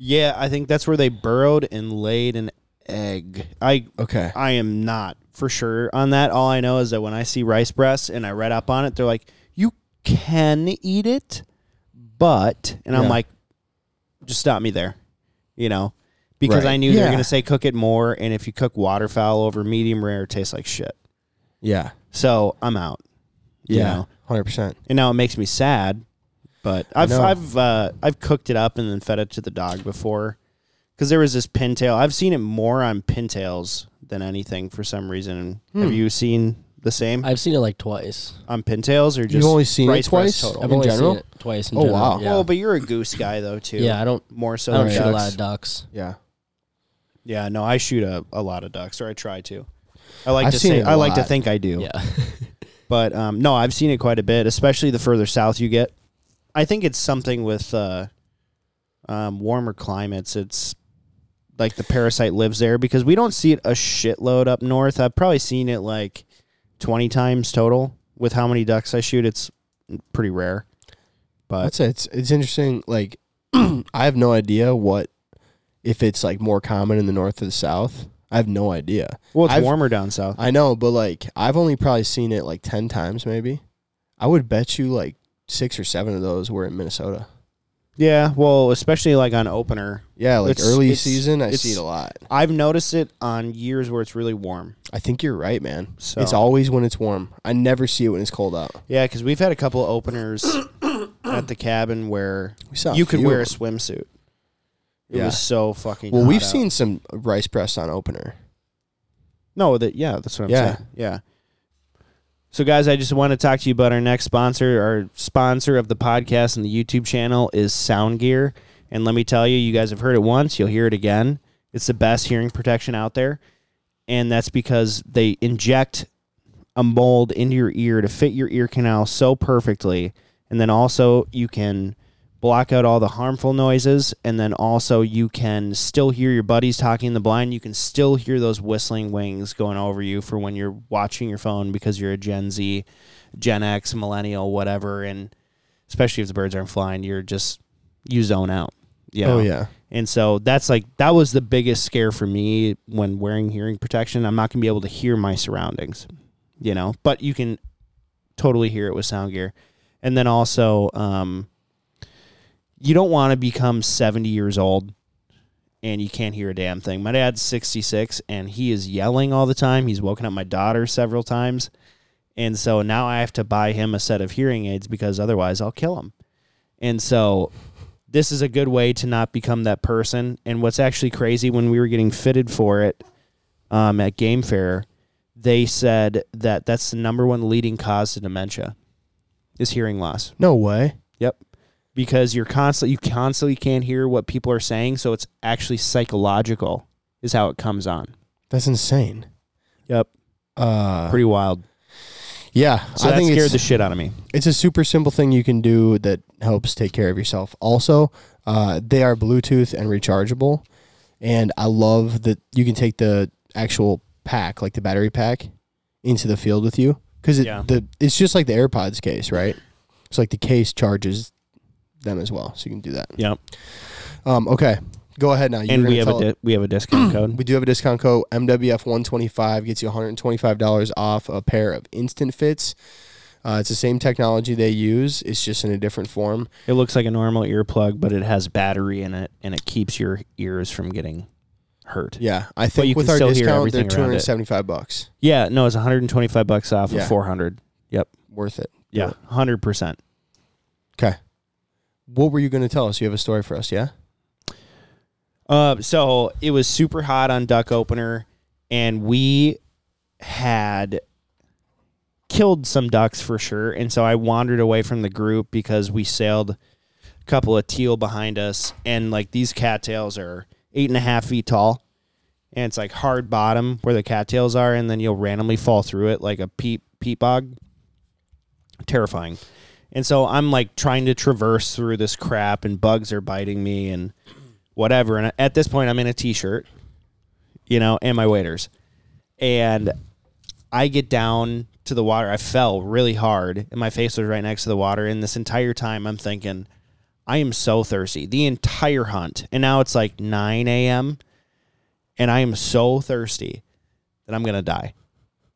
Speaker 2: Yeah, I think that's where they burrowed and laid an egg. I
Speaker 1: Okay.
Speaker 2: I am not for sure on that. All I know is that when I see rice breasts and I read up on it, they're like, you can eat it, but, and I'm
Speaker 1: Yeah.
Speaker 2: like, just stop me there, you know, because
Speaker 1: Right.
Speaker 2: I knew they were
Speaker 1: Yeah.
Speaker 2: going to say cook it more. And if you cook waterfowl over medium rare, it tastes like shit.
Speaker 1: Yeah.
Speaker 2: So I'm out. you
Speaker 1: Yeah.
Speaker 2: know?
Speaker 1: Hundred percent.
Speaker 2: And now it makes me sad, but I've,
Speaker 1: know.
Speaker 2: I've, uh, I've cooked it up and then fed it to the dog before. Because there was this pintail. I've seen it more on pintails than anything for some reason.
Speaker 1: Hmm.
Speaker 2: Have you seen the same
Speaker 3: I've seen it like twice.
Speaker 2: on pintails or just
Speaker 1: You've only seen it
Speaker 2: rice breast
Speaker 1: twice?
Speaker 2: total?
Speaker 1: In
Speaker 3: I've only
Speaker 1: general?
Speaker 3: seen it twice. In
Speaker 1: Oh,
Speaker 3: general.
Speaker 1: wow.
Speaker 3: Yeah.
Speaker 2: Well, but you're a goose guy though too.
Speaker 3: yeah, I don't.
Speaker 2: more so
Speaker 3: I don't
Speaker 2: than
Speaker 3: shoot a lot
Speaker 2: ducks.
Speaker 3: of ducks.
Speaker 1: Yeah.
Speaker 2: Yeah, no, I shoot a, a lot of ducks, or I try to. I like
Speaker 1: I've
Speaker 2: to
Speaker 1: seen
Speaker 2: say
Speaker 1: it a
Speaker 2: I like to
Speaker 1: lot.
Speaker 2: think I do,
Speaker 3: Yeah.
Speaker 2: but um, no, I've seen it quite a bit, especially the further south you get. I think it's something with uh, um, warmer climates. It's like the parasite lives there because we don't see it a shitload up north. I've probably seen it like twenty times total with how many ducks I shoot. It's pretty rare, but
Speaker 1: That's it's it's interesting. Like I have no idea what if it's like more common in the north or the south. I have no idea.
Speaker 2: Well, it's
Speaker 1: I've-
Speaker 2: warmer down south.
Speaker 1: I know, but like I've only probably seen it like ten times, maybe. I would bet you like six or seven of those were in Minnesota.
Speaker 2: yeah, well, especially like on opener.
Speaker 1: Yeah, like
Speaker 2: It's-
Speaker 1: early
Speaker 2: it's-
Speaker 1: season, I
Speaker 2: it's-
Speaker 1: see it a lot.
Speaker 2: I've noticed it on years where it's really warm.
Speaker 1: I think you're right, man.
Speaker 2: So
Speaker 1: It's always when it's warm. I never see it when it's cold out.
Speaker 2: yeah, because we've had a couple of openers at the cabin where
Speaker 1: We saw a
Speaker 2: you could
Speaker 1: few
Speaker 2: wear a
Speaker 1: of
Speaker 2: swimsuit. It
Speaker 1: Yeah.
Speaker 2: was so fucking.
Speaker 1: Well,
Speaker 2: hot
Speaker 1: we've
Speaker 2: out.
Speaker 1: seen some rice press on opener.
Speaker 2: No, that yeah, that's what I'm
Speaker 1: Yeah.
Speaker 2: saying. Yeah. So guys, I just want to talk to you about our next sponsor. Our sponsor of the podcast and the YouTube channel is Sound Gear. And let me tell you, you guys have heard it once, you'll hear it again. It's the best hearing protection out there. And that's because they inject a mold into your ear to fit your ear canal so perfectly. And then also you can block out all the harmful noises and then also you can still hear your buddies talking in the blind you can still hear those whistling wings going over you for when you're watching your phone because you're a gen z gen x millennial whatever and especially if the birds aren't flying you're just you zone out you know?
Speaker 1: Oh yeah.
Speaker 2: and so that's like that was the biggest scare for me when wearing hearing protection i'm not going to be able to hear my surroundings you know but you can totally hear it with sound gear and then also um, you don't want to become 70 years old and you can't hear a damn thing my dad's 66 and he is yelling all the time he's woken up my daughter several times and so now i have to buy him a set of hearing aids because otherwise i'll kill him and so this is a good way to not become that person. And what's actually crazy when we were getting fitted for it um, at Game Fair, they said that that's the number one leading cause to dementia is hearing loss.
Speaker 1: No way.
Speaker 2: Yep. Because you're constantly you constantly can't hear what people are saying, so it's actually psychological is how it comes on.
Speaker 1: That's insane.
Speaker 2: Yep.
Speaker 1: Uh,
Speaker 2: Pretty wild.
Speaker 1: yeah,
Speaker 2: So
Speaker 1: I
Speaker 2: that
Speaker 1: think
Speaker 2: scared
Speaker 1: it's,
Speaker 2: the shit out of me.
Speaker 1: it's a super simple thing you can do that helps take care of yourself. Also, uh, they are Bluetooth and rechargeable, and I love that you can take the actual pack, like the battery pack, into the field with you because it,
Speaker 2: Yeah.
Speaker 1: the it's just like the AirPods case, right? It's like the case charges them as well, so you can do that.
Speaker 2: Yep.
Speaker 1: Um, okay, go ahead now. You
Speaker 2: and
Speaker 1: were
Speaker 2: we
Speaker 1: gonna
Speaker 2: have a
Speaker 1: tell-
Speaker 2: di- we have a discount code.
Speaker 1: We do have a discount code MWF125 gets you $125 off a pair of instant fits. Uh, it's the same technology they use. It's just in a different form.
Speaker 2: It looks like a normal earplug, but it has battery in it, and it keeps your ears from getting hurt.
Speaker 1: Yeah, I
Speaker 2: But you
Speaker 1: think with
Speaker 2: can
Speaker 1: our
Speaker 2: still hear
Speaker 1: discount they're
Speaker 2: everything around it.
Speaker 1: 275 bucks.
Speaker 2: Yeah, no, it's 125 bucks off
Speaker 1: Yeah.
Speaker 2: of 400.
Speaker 1: Worth it.
Speaker 2: Yeah, 100%.
Speaker 1: What were you going to tell us? You have a story for us, yeah?
Speaker 2: Uh, so it was super hot on duck opener, and we had killed some ducks for sure. And so I wandered away from the group because we sailed a couple of teal behind us, and like these cattails are eight and a half feet tall, and it's like hard bottom where the cattails are, and then you'll randomly fall through it like a peat peat bog. Terrifying. And so I'm like trying to traverse through this crap, and bugs are biting me, and whatever. And at this point, I'm in a t-shirt, you know, and my waders, and I get down to the water. I fell really hard, and my face was right next to the water. And this entire time, I'm thinking, I am so thirsty. The entire hunt, and now it's like 9 a.m., and I am so thirsty that I'm gonna die.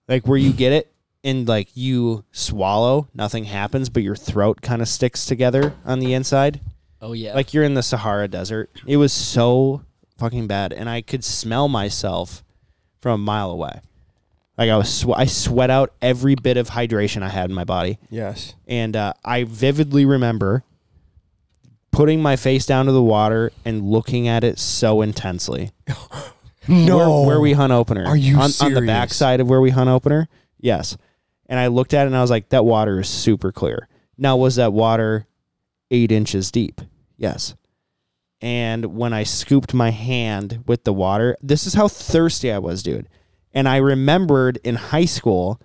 Speaker 2: Like where you get it. And like you swallow, nothing happens, but your throat kind of sticks together on the inside
Speaker 3: Oh yeah.
Speaker 2: like you're in the Sahara Desert. It was so fucking bad, and I could smell myself from a mile away. Like I was, swe- I sweat out every bit of hydration I had in my body,
Speaker 1: Yes.
Speaker 2: and uh, I vividly remember putting my face down to the water and looking at it so intensely.
Speaker 1: No.
Speaker 2: Where, where we hunt opener.
Speaker 1: Are you
Speaker 2: on, on the
Speaker 1: serious?
Speaker 2: backside of where we hunt opener? Yes. And I looked at it and I was like, that water is super clear. Now, was that water eight inches deep? Yes. And when I scooped my hand with the water, this is how thirsty I was, dude. And I remembered in high school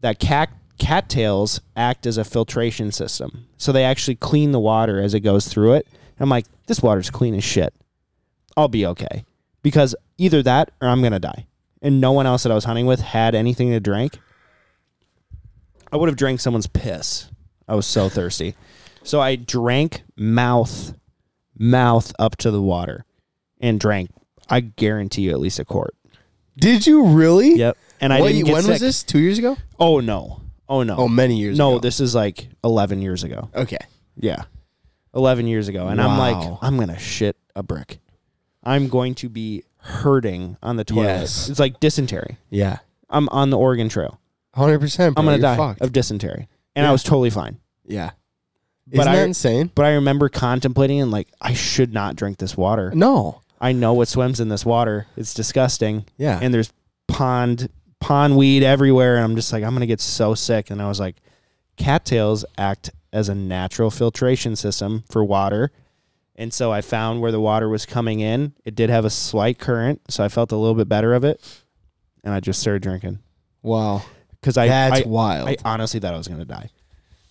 Speaker 2: that cat cattails act as a filtration system. So they actually clean the water as it goes through it. I'm like, this water's clean as shit. I'll be okay. Because either that or I'm going to die. And no one else that I was hunting with had anything to drink. I would have drank someone's piss. I was so thirsty. So I drank mouth, mouth up to the water and drank, I guarantee you, at least a quart.
Speaker 1: Did you really?
Speaker 2: Yep. And I
Speaker 1: What
Speaker 2: didn't
Speaker 1: ye-
Speaker 2: get
Speaker 1: when was
Speaker 2: sick.
Speaker 1: this? Two years ago?
Speaker 2: Oh no. Oh no.
Speaker 1: Oh, many years
Speaker 2: no,
Speaker 1: ago.
Speaker 2: this is like 11 years ago.
Speaker 1: Okay.
Speaker 2: Yeah. 11 years ago and I'm like
Speaker 1: Wow.
Speaker 2: I'm going to shit a brick. I'm going to be hurting on the toilet.
Speaker 1: Yes.
Speaker 2: It's like dysentery.
Speaker 1: Yeah.
Speaker 2: I'm on the Oregon Trail.
Speaker 1: 100%. Bro,
Speaker 2: I'm going to
Speaker 1: You're
Speaker 2: die
Speaker 1: fucked.
Speaker 2: of dysentery. And
Speaker 1: Yeah.
Speaker 2: I was totally fine.
Speaker 1: yeah.
Speaker 2: But
Speaker 1: Isn't
Speaker 2: I-
Speaker 1: that insane?
Speaker 2: But I remember contemplating and like I should not drink this water.
Speaker 1: No.
Speaker 2: I know what swims in this water. It's disgusting.
Speaker 1: Yeah.
Speaker 2: And there's pond pond weed everywhere. And I'm just like, I'm gonna get so sick. And I was like, cattails act as a natural filtration system for water. And so I found where the water was coming in. It did have a slight current, so I felt a little bit better of it. And I just started drinking
Speaker 1: wow.
Speaker 2: because I
Speaker 1: That's
Speaker 2: I,
Speaker 1: wild.
Speaker 2: I honestly thought I was gonna die.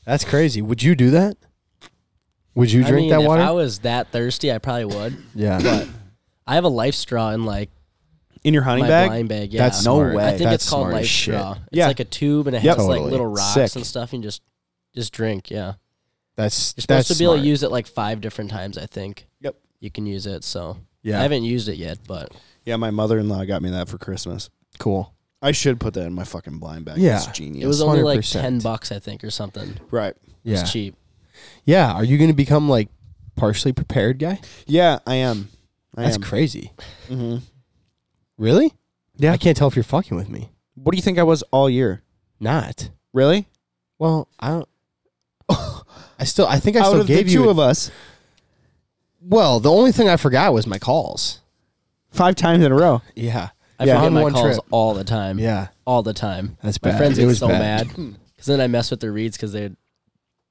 Speaker 1: That's crazy. Would you do that? Would you
Speaker 3: I
Speaker 1: drink
Speaker 3: mean,
Speaker 1: that
Speaker 3: if
Speaker 1: water?
Speaker 3: I was that thirsty, I probably would.
Speaker 1: yeah.
Speaker 3: I have a life straw in like
Speaker 2: In your honey
Speaker 3: my
Speaker 2: bag,
Speaker 3: blind bag. Yeah.
Speaker 1: That's
Speaker 2: No
Speaker 1: smart.
Speaker 2: way.
Speaker 3: I think
Speaker 1: That's
Speaker 3: it's called
Speaker 1: smart as
Speaker 3: life
Speaker 1: shit.
Speaker 3: straw. It's
Speaker 2: Yeah.
Speaker 3: like a tube and it
Speaker 2: Yep.
Speaker 3: has like
Speaker 1: Totally.
Speaker 3: little rocks
Speaker 2: Sick.
Speaker 3: and stuff, and you just just drink. Yeah,
Speaker 1: That's
Speaker 3: you're supposed
Speaker 1: that's
Speaker 3: to be
Speaker 1: smart.
Speaker 3: able to use it like five different times. I think.
Speaker 2: Yep.
Speaker 3: You can use it. So
Speaker 1: Yeah.
Speaker 3: I haven't used it yet, but
Speaker 2: yeah. My mother in law got me that for Christmas.
Speaker 1: cool.
Speaker 2: I should put that in my fucking blind bag.
Speaker 1: Yeah.
Speaker 2: That's genius.
Speaker 3: it was only like
Speaker 1: 100%.
Speaker 3: ten bucks, I think, or something.
Speaker 2: right.
Speaker 3: It's
Speaker 1: Yeah.
Speaker 3: cheap.
Speaker 1: Yeah. Are you going to become like partially prepared guy?
Speaker 2: Yeah, I am. I
Speaker 1: That's
Speaker 2: am.
Speaker 1: crazy.
Speaker 2: Mm-hmm.
Speaker 1: Really?
Speaker 2: Yeah.
Speaker 1: I can't tell if you're fucking with me.
Speaker 2: What do you think I was all year?
Speaker 1: Not.
Speaker 2: Really?
Speaker 1: Well, I don't. I still. I think I
Speaker 2: Out
Speaker 1: still
Speaker 2: of the
Speaker 1: gave
Speaker 2: two
Speaker 1: you.
Speaker 2: of us,
Speaker 1: well, the only thing I forgot was my calls.
Speaker 2: five times in a row.
Speaker 1: Yeah.
Speaker 3: I
Speaker 1: yeah.
Speaker 3: forget
Speaker 1: On
Speaker 3: my
Speaker 1: one
Speaker 3: calls
Speaker 1: trip.
Speaker 3: all the time.
Speaker 1: Yeah.
Speaker 3: all the time.
Speaker 1: That's
Speaker 3: My
Speaker 1: bad.
Speaker 3: friends
Speaker 1: It
Speaker 3: get
Speaker 1: was
Speaker 3: so
Speaker 1: bad.
Speaker 3: mad because then I mess with their reeds because they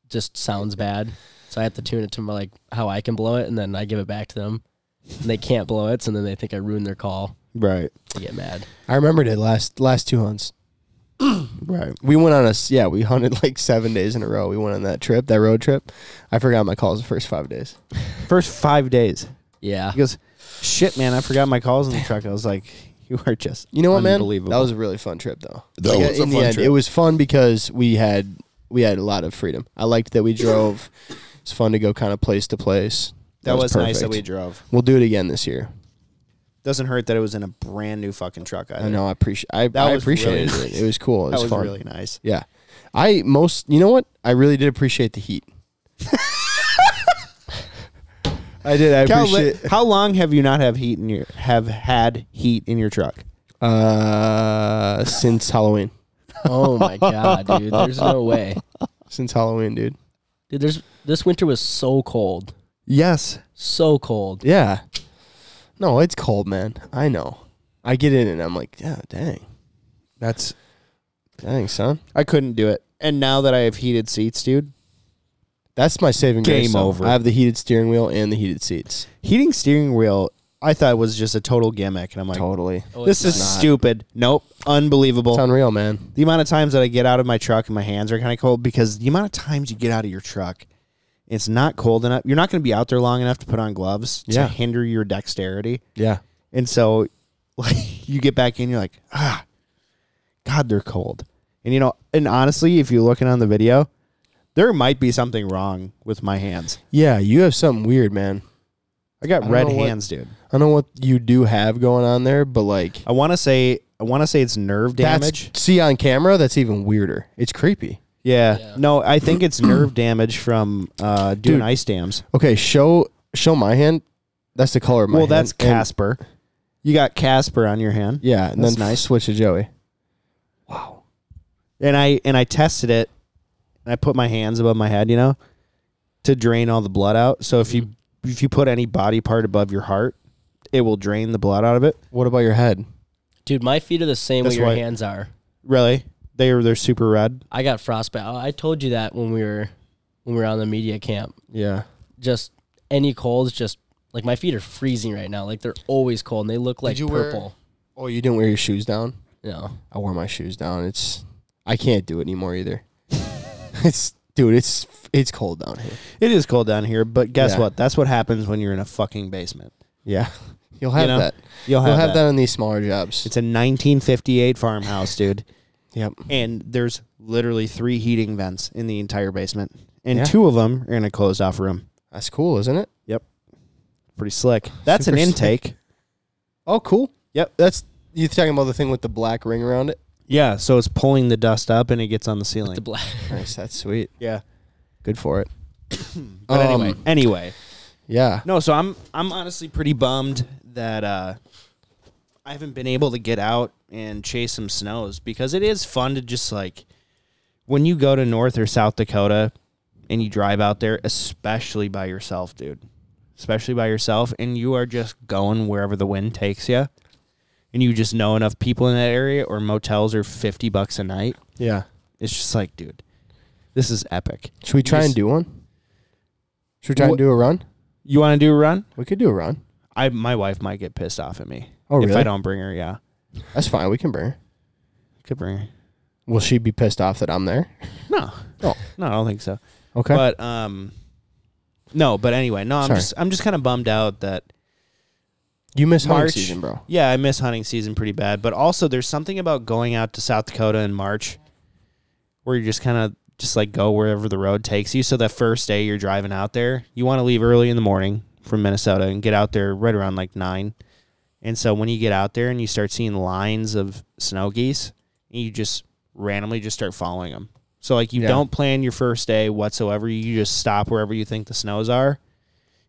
Speaker 3: just sounds bad. So I have to tune it to my, like how I can blow it, and then I give it back to them, and they can't blow it. So then they think I ruined their call.
Speaker 2: Right.
Speaker 3: They get mad.
Speaker 1: I remembered it last last two hunts.
Speaker 2: Right.
Speaker 1: We went on a s- yeah. We hunted like seven days in a row. We went on that trip, that road trip. I forgot my calls the first five days.
Speaker 2: First five days.
Speaker 3: Yeah,
Speaker 2: He goes, shit, man, I forgot my calls in the truck. I was like, you are just
Speaker 1: You know what, man?
Speaker 2: unbelievable.
Speaker 1: That was a really fun trip, though.
Speaker 4: That was a
Speaker 1: in
Speaker 4: fun
Speaker 1: the end,
Speaker 4: trip.
Speaker 1: it was fun because we had we had a lot of freedom. I liked that we drove. it's fun to go kind of place to place.
Speaker 2: that was nice that
Speaker 1: perfect.
Speaker 2: we drove.
Speaker 1: We'll do it again this year.
Speaker 2: Doesn't hurt that it was in a brand new fucking truck either.
Speaker 1: I know. I appreciate. I,
Speaker 2: That
Speaker 1: I
Speaker 2: was
Speaker 1: appreciated
Speaker 2: really
Speaker 1: it.
Speaker 2: nice.
Speaker 1: It was cool. It
Speaker 2: That
Speaker 1: was,
Speaker 2: was
Speaker 1: fun.
Speaker 2: really nice.
Speaker 1: yeah. I most. You know what? I really did appreciate the heat. I did. I
Speaker 2: Cal,
Speaker 1: appreciate.
Speaker 2: li- how long have you not have heat in your have had heat in your truck?
Speaker 1: Uh, since Halloween.
Speaker 3: Oh my god, dude. There's no way,
Speaker 1: Since Halloween, dude.
Speaker 3: dude. There's this winter was so cold,
Speaker 2: Yes.
Speaker 3: so cold.
Speaker 1: Yeah. No, it's cold, man. I know. I get in and I'm like, yeah, dang,
Speaker 2: That's
Speaker 1: dang, son.
Speaker 2: I couldn't do it. And now that I have heated seats, dude,
Speaker 1: That's my saving grace.
Speaker 2: Game
Speaker 1: though.
Speaker 2: over.
Speaker 1: I have the heated steering wheel and the heated seats.
Speaker 2: heating steering wheel I thought was just a total gimmick and I'm like
Speaker 1: totally.
Speaker 3: Oh,
Speaker 2: this
Speaker 3: it's
Speaker 2: is
Speaker 3: not.
Speaker 2: stupid. Nope. Unbelievable.
Speaker 1: It's unreal, man.
Speaker 2: the amount of times that I get out of my truck and my hands are kind of cold because the amount of times you get out of your truck it's not cold enough. You're not going to be out there long enough to put on gloves
Speaker 1: Yeah.
Speaker 2: to hinder your dexterity.
Speaker 1: Yeah.
Speaker 2: And so like you get back in you're like, "Ah. God, they're cold." And you know, and honestly, if you're looking on the video, there might be something wrong with my hands.
Speaker 1: Yeah, you have something weird, man.
Speaker 2: I got
Speaker 1: I don't
Speaker 2: red
Speaker 1: know what-
Speaker 2: hands, dude.
Speaker 1: I don't know what you do have going on there, but like
Speaker 2: I want to say I want to say it's nerve damage.
Speaker 1: that's see on camera, that's even weirder. It's creepy.
Speaker 2: yeah.
Speaker 3: Yeah.
Speaker 2: No, I think it's nerve damage from uh, doing
Speaker 1: Dude.
Speaker 2: ice dams.
Speaker 1: Okay, show show my hand. That's the color of my
Speaker 2: well,
Speaker 1: hand.
Speaker 2: that's
Speaker 1: And-
Speaker 2: Casper. you got Casper on your hand.
Speaker 1: yeah, and
Speaker 2: That's
Speaker 1: then
Speaker 2: nice.
Speaker 1: switch to Joey. Wow.
Speaker 2: And I and I tested it and I put my hands above my head, you know, to drain all the blood out. So if you
Speaker 1: Mm-hmm.
Speaker 2: if you put any body part above your heart, it will drain the blood out of it.
Speaker 1: What about your head?
Speaker 3: dude. My feet are the same way
Speaker 2: That's
Speaker 3: your
Speaker 2: why-
Speaker 3: hands are.
Speaker 2: Really? They are they're super red.
Speaker 3: I got frostbite. I I told you that when we were when we were on the media camp.
Speaker 1: Yeah.
Speaker 3: just any colds just like my feet are freezing right now like they're always cold and they look like
Speaker 1: you wear-
Speaker 3: purple
Speaker 1: Oh, you didn't wear your shoes down?
Speaker 3: no
Speaker 1: I wore my shoes down. It's I can't do it anymore either. it's dude, it's it's cold down here.
Speaker 2: It is cold down here, but guess
Speaker 1: Yeah.
Speaker 2: what? That's what happens when you're in a fucking basement.
Speaker 1: Yeah. You'll have
Speaker 2: know,
Speaker 1: that. You'll
Speaker 2: You'll have,
Speaker 1: have,
Speaker 2: that.
Speaker 1: that. on these smaller jobs.
Speaker 2: It's a 1958 farmhouse, dude.
Speaker 1: yep.
Speaker 2: and there's literally three heating vents in the entire basement, and
Speaker 1: Yeah.
Speaker 2: two of them are in a closed off room.
Speaker 1: That's cool, isn't it?
Speaker 2: Pretty slick. That's
Speaker 1: Super
Speaker 2: an
Speaker 1: slick.
Speaker 2: intake.
Speaker 1: Oh, cool.
Speaker 2: Yep.
Speaker 1: That's you talking about the thing with the black ring around it?
Speaker 2: Yeah, so it's pulling the dust up and it gets on the ceiling.
Speaker 3: The black.
Speaker 1: Nice, that's sweet.
Speaker 2: yeah.
Speaker 1: Good for it.
Speaker 2: But
Speaker 1: Um,
Speaker 2: anyway, anyway.
Speaker 1: Yeah.
Speaker 2: No, so I'm I'm honestly pretty bummed that uh I haven't been able to get out and chase some snows because it is fun to just like when you go to North or South Dakota and you drive out there, especially by yourself, dude. Especially by yourself, and you are just going wherever the wind takes you. And you just know enough people in that area, or motels are 50 bucks a night.
Speaker 1: Yeah.
Speaker 2: It's just like, dude, this is epic.
Speaker 1: Should we try
Speaker 2: just-
Speaker 1: and do one? Should we try
Speaker 2: Wha-
Speaker 1: and do a run?
Speaker 2: You want to do a run?
Speaker 1: We could do a run.
Speaker 2: I my wife might get pissed off at me.
Speaker 1: Oh,
Speaker 2: If I
Speaker 1: really?
Speaker 2: don't bring her, yeah.
Speaker 1: That's fine. We can bring her.
Speaker 2: Could bring her.
Speaker 1: Will she be pissed off that I'm there?
Speaker 2: No.
Speaker 1: Oh.
Speaker 2: No, I don't think so.
Speaker 1: Okay.
Speaker 2: But um no, but anyway, no, I'm
Speaker 1: Sorry.
Speaker 2: just I'm just kind of bummed out that
Speaker 1: you miss hunting
Speaker 2: March-
Speaker 1: season, bro.
Speaker 2: yeah, I miss hunting season pretty bad, but also there's something about going out to South Dakota in March where you just kind of just like go wherever the road takes you. So that first day you're driving out there, you want to leave early in the morning from Minnesota and get out there right around like 9. And so when you get out there and you start seeing lines of snow geese, you just randomly just start following them. So like you
Speaker 1: Yeah.
Speaker 2: don't plan your first day whatsoever. You just stop wherever you think the snows are,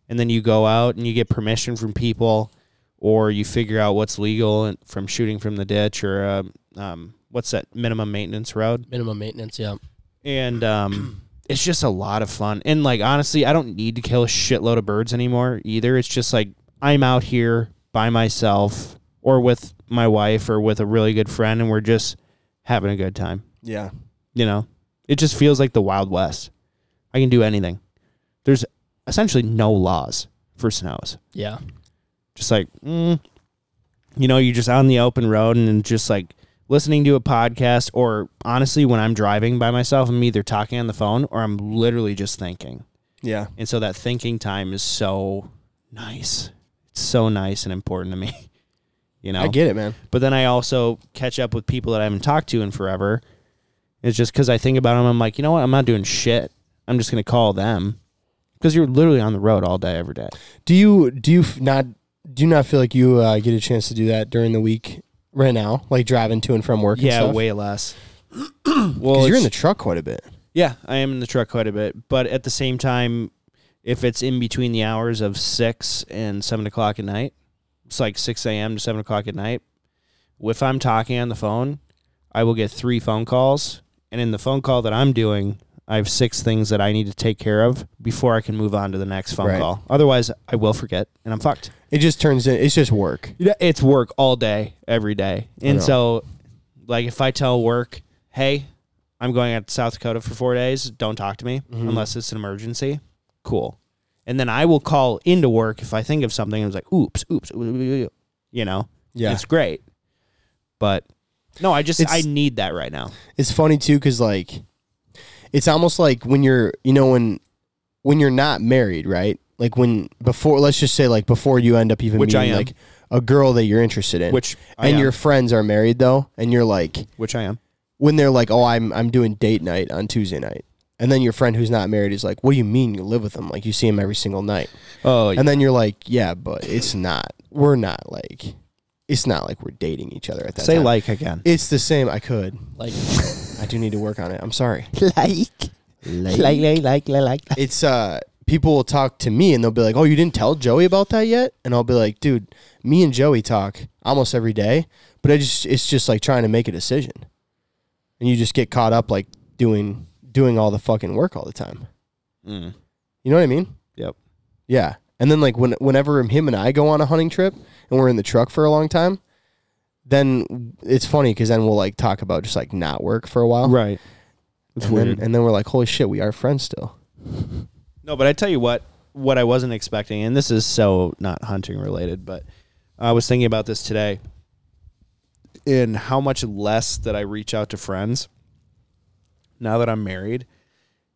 Speaker 2: and then you go out and you get permission from people, or you figure out what's legal and from shooting from the ditch or um, um, what's that minimum maintenance road.
Speaker 3: Minimum maintenance. Yeah.
Speaker 2: And um, it's just a lot of fun. And like honestly, I don't need to kill a shitload of birds anymore either. It's just like I'm out here by myself or with my wife or with a really good friend, and we're just having a good time
Speaker 1: Yeah.
Speaker 2: you know it just feels like the wild west i can do anything there's essentially no laws for snows
Speaker 3: Yeah.
Speaker 2: just like mm, you know you're just on the open road and just like listening to a podcast or honestly when i'm driving by myself i'm either talking on the phone or i'm literally just thinking
Speaker 1: Yeah.
Speaker 2: and so that thinking time is so nice it's so nice and important to me you know
Speaker 1: I get it, man.
Speaker 2: but then I also catch up with people that I haven't talked to in forever. It's just because I think about them. I'm like, you know what? I'm not doing shit. I'm just gonna call them because you're literally on the road all day, every day.
Speaker 1: Do you do you f- not do you not feel like you uh, get a chance to do that during the week right now, like driving to and from work? and
Speaker 2: Yeah,
Speaker 1: stuff?
Speaker 2: way less.
Speaker 1: 'Cause
Speaker 2: well,
Speaker 1: you're in the
Speaker 2: it's-
Speaker 1: truck quite a bit.
Speaker 2: yeah, I am in the truck quite a bit, but at the same time, if it's in between the hours of six and seven o'clock at night, it's like six a.m. to seven o'clock at night. If I'm talking on the phone, I will get three phone calls, and in the phone call that I'm doing, I have six things that I need to take care of before I can move on to the next phone
Speaker 1: Right.
Speaker 2: call. Otherwise, I will forget, and I'm fucked.
Speaker 1: It just turns in. It's just work.
Speaker 2: Yeah, It's work all day, every day. And
Speaker 1: know.
Speaker 2: so, like, if I tell work, hey, I'm going out to South Dakota for four days, don't talk to me unless it's an emergency, cool. And then I will call into work if I think of something and it's like, oops, oops, you know?
Speaker 1: Yeah.
Speaker 2: It's great. But no, I just, I
Speaker 1: It's-
Speaker 2: need that right now.
Speaker 1: it's funny too because like it's almost like when you're you know when when you're not married right like when before let's just say like before you end up even
Speaker 2: Which I
Speaker 1: meeting
Speaker 2: am.
Speaker 1: like a girl that you're interested in
Speaker 2: Which I
Speaker 1: and
Speaker 2: am.
Speaker 1: your friends are married though and you're like
Speaker 2: Which I am.
Speaker 1: when they're like oh i'm i'm doing date night on tuesday night and then your friend who's not married is like what do you mean you live with him like you see him every single night
Speaker 2: Oh,
Speaker 1: and then you're like yeah but it's not we're not like it's not like we're dating each other at that
Speaker 2: say
Speaker 1: time.
Speaker 2: like again.
Speaker 1: it's the same i could
Speaker 3: Like
Speaker 1: i do need to work on it i'm sorry
Speaker 2: Like. Like, like, like, like, like.
Speaker 1: it's uh people will talk to me and they'll be like, "Oh, you didn't tell Joey about that yet?" And I'll be like, "Dude, me and Joey talk almost every day, but I just it's just like trying to make a decision." And you just get caught up like doing doing all the fucking work all the time.
Speaker 2: Mm.
Speaker 1: You know what I mean?
Speaker 2: Yep.
Speaker 1: Yeah. And then like when whenever him and I go on a hunting trip and we're in the truck for a long time, then it's funny because then we'll like talk about just like not work for a while,
Speaker 2: Right. It's
Speaker 1: And
Speaker 2: weird.
Speaker 1: then, and then we're like, "Holy shit, we are friends still."
Speaker 2: No, but I tell you what, what I wasn't expecting, and this is so not hunting related, but I was thinking about this today in how much less that I reach out to friends now that I'm married.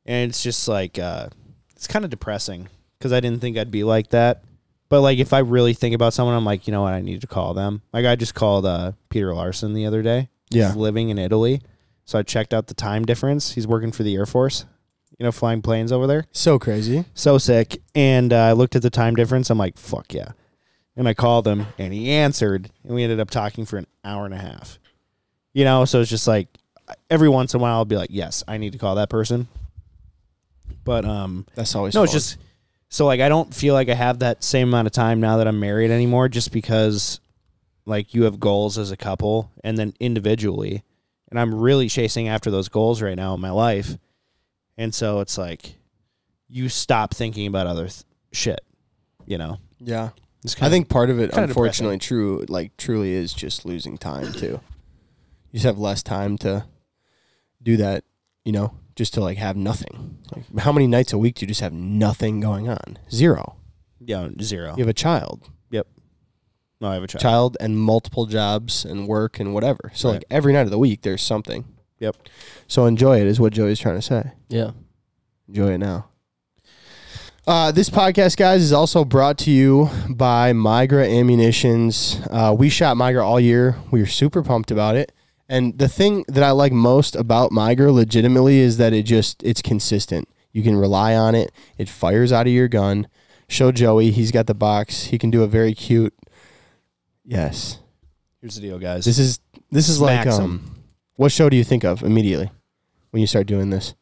Speaker 2: And it's just like, uh, it's kind of depressing because I didn't think I'd be like that. But like, if I really think about someone, I'm like, you know what? I need to call them. Like, I just called uh, Peter Larson the other day.
Speaker 1: Yeah.
Speaker 2: He's living in Italy. So I checked out the time difference. He's working for the Air Force, you know, flying planes over there
Speaker 1: So crazy.
Speaker 2: so sick. And uh, I looked at the time difference. I'm like, fuck yeah. And I called him and he answered and we ended up talking for an hour and a half. You know, so it's just like every once in a while I'll be like, "Yes, I need to call that person." But um
Speaker 1: That's always
Speaker 2: no, it's
Speaker 1: fun.
Speaker 2: just so like I don't feel like I have that same amount of time now that I'm married anymore, just because like you have goals as a couple and then individually, and I'm really chasing after those goals right now in my life, and so it's like you stop thinking about other th- shit, you know.
Speaker 1: yeah.
Speaker 2: It's
Speaker 1: I
Speaker 2: kinda-
Speaker 1: think part of it,
Speaker 2: kinda
Speaker 1: unfortunately, true like truly is just losing time too. You just have less time to do that, you know, just to like have nothing. Like, how many nights a week do you just have nothing going on? Zero.
Speaker 2: yeah zero.
Speaker 1: You have a child,
Speaker 2: No, I have a child.
Speaker 1: child, and multiple jobs and work and whatever. So
Speaker 2: Right.
Speaker 1: like every night of the week, there's something.
Speaker 2: Yep.
Speaker 1: So enjoy it is what Joey's trying to say.
Speaker 3: Yeah.
Speaker 1: Enjoy it now. Uh, this podcast, guys, is also brought to you by Migra Ammunitions. Uh, we shot Migra all year. We were super pumped about it. And the thing that I like most about Migra, legitimately, is that it just it's consistent. You can rely on it. It fires out of your gun. Show Joey. He's got the box. He can do a very cute. Yes,
Speaker 2: Here's the deal, guys.
Speaker 1: this is this is like
Speaker 2: Smacks 'em.
Speaker 1: um. What show do you think of immediately when you start doing this?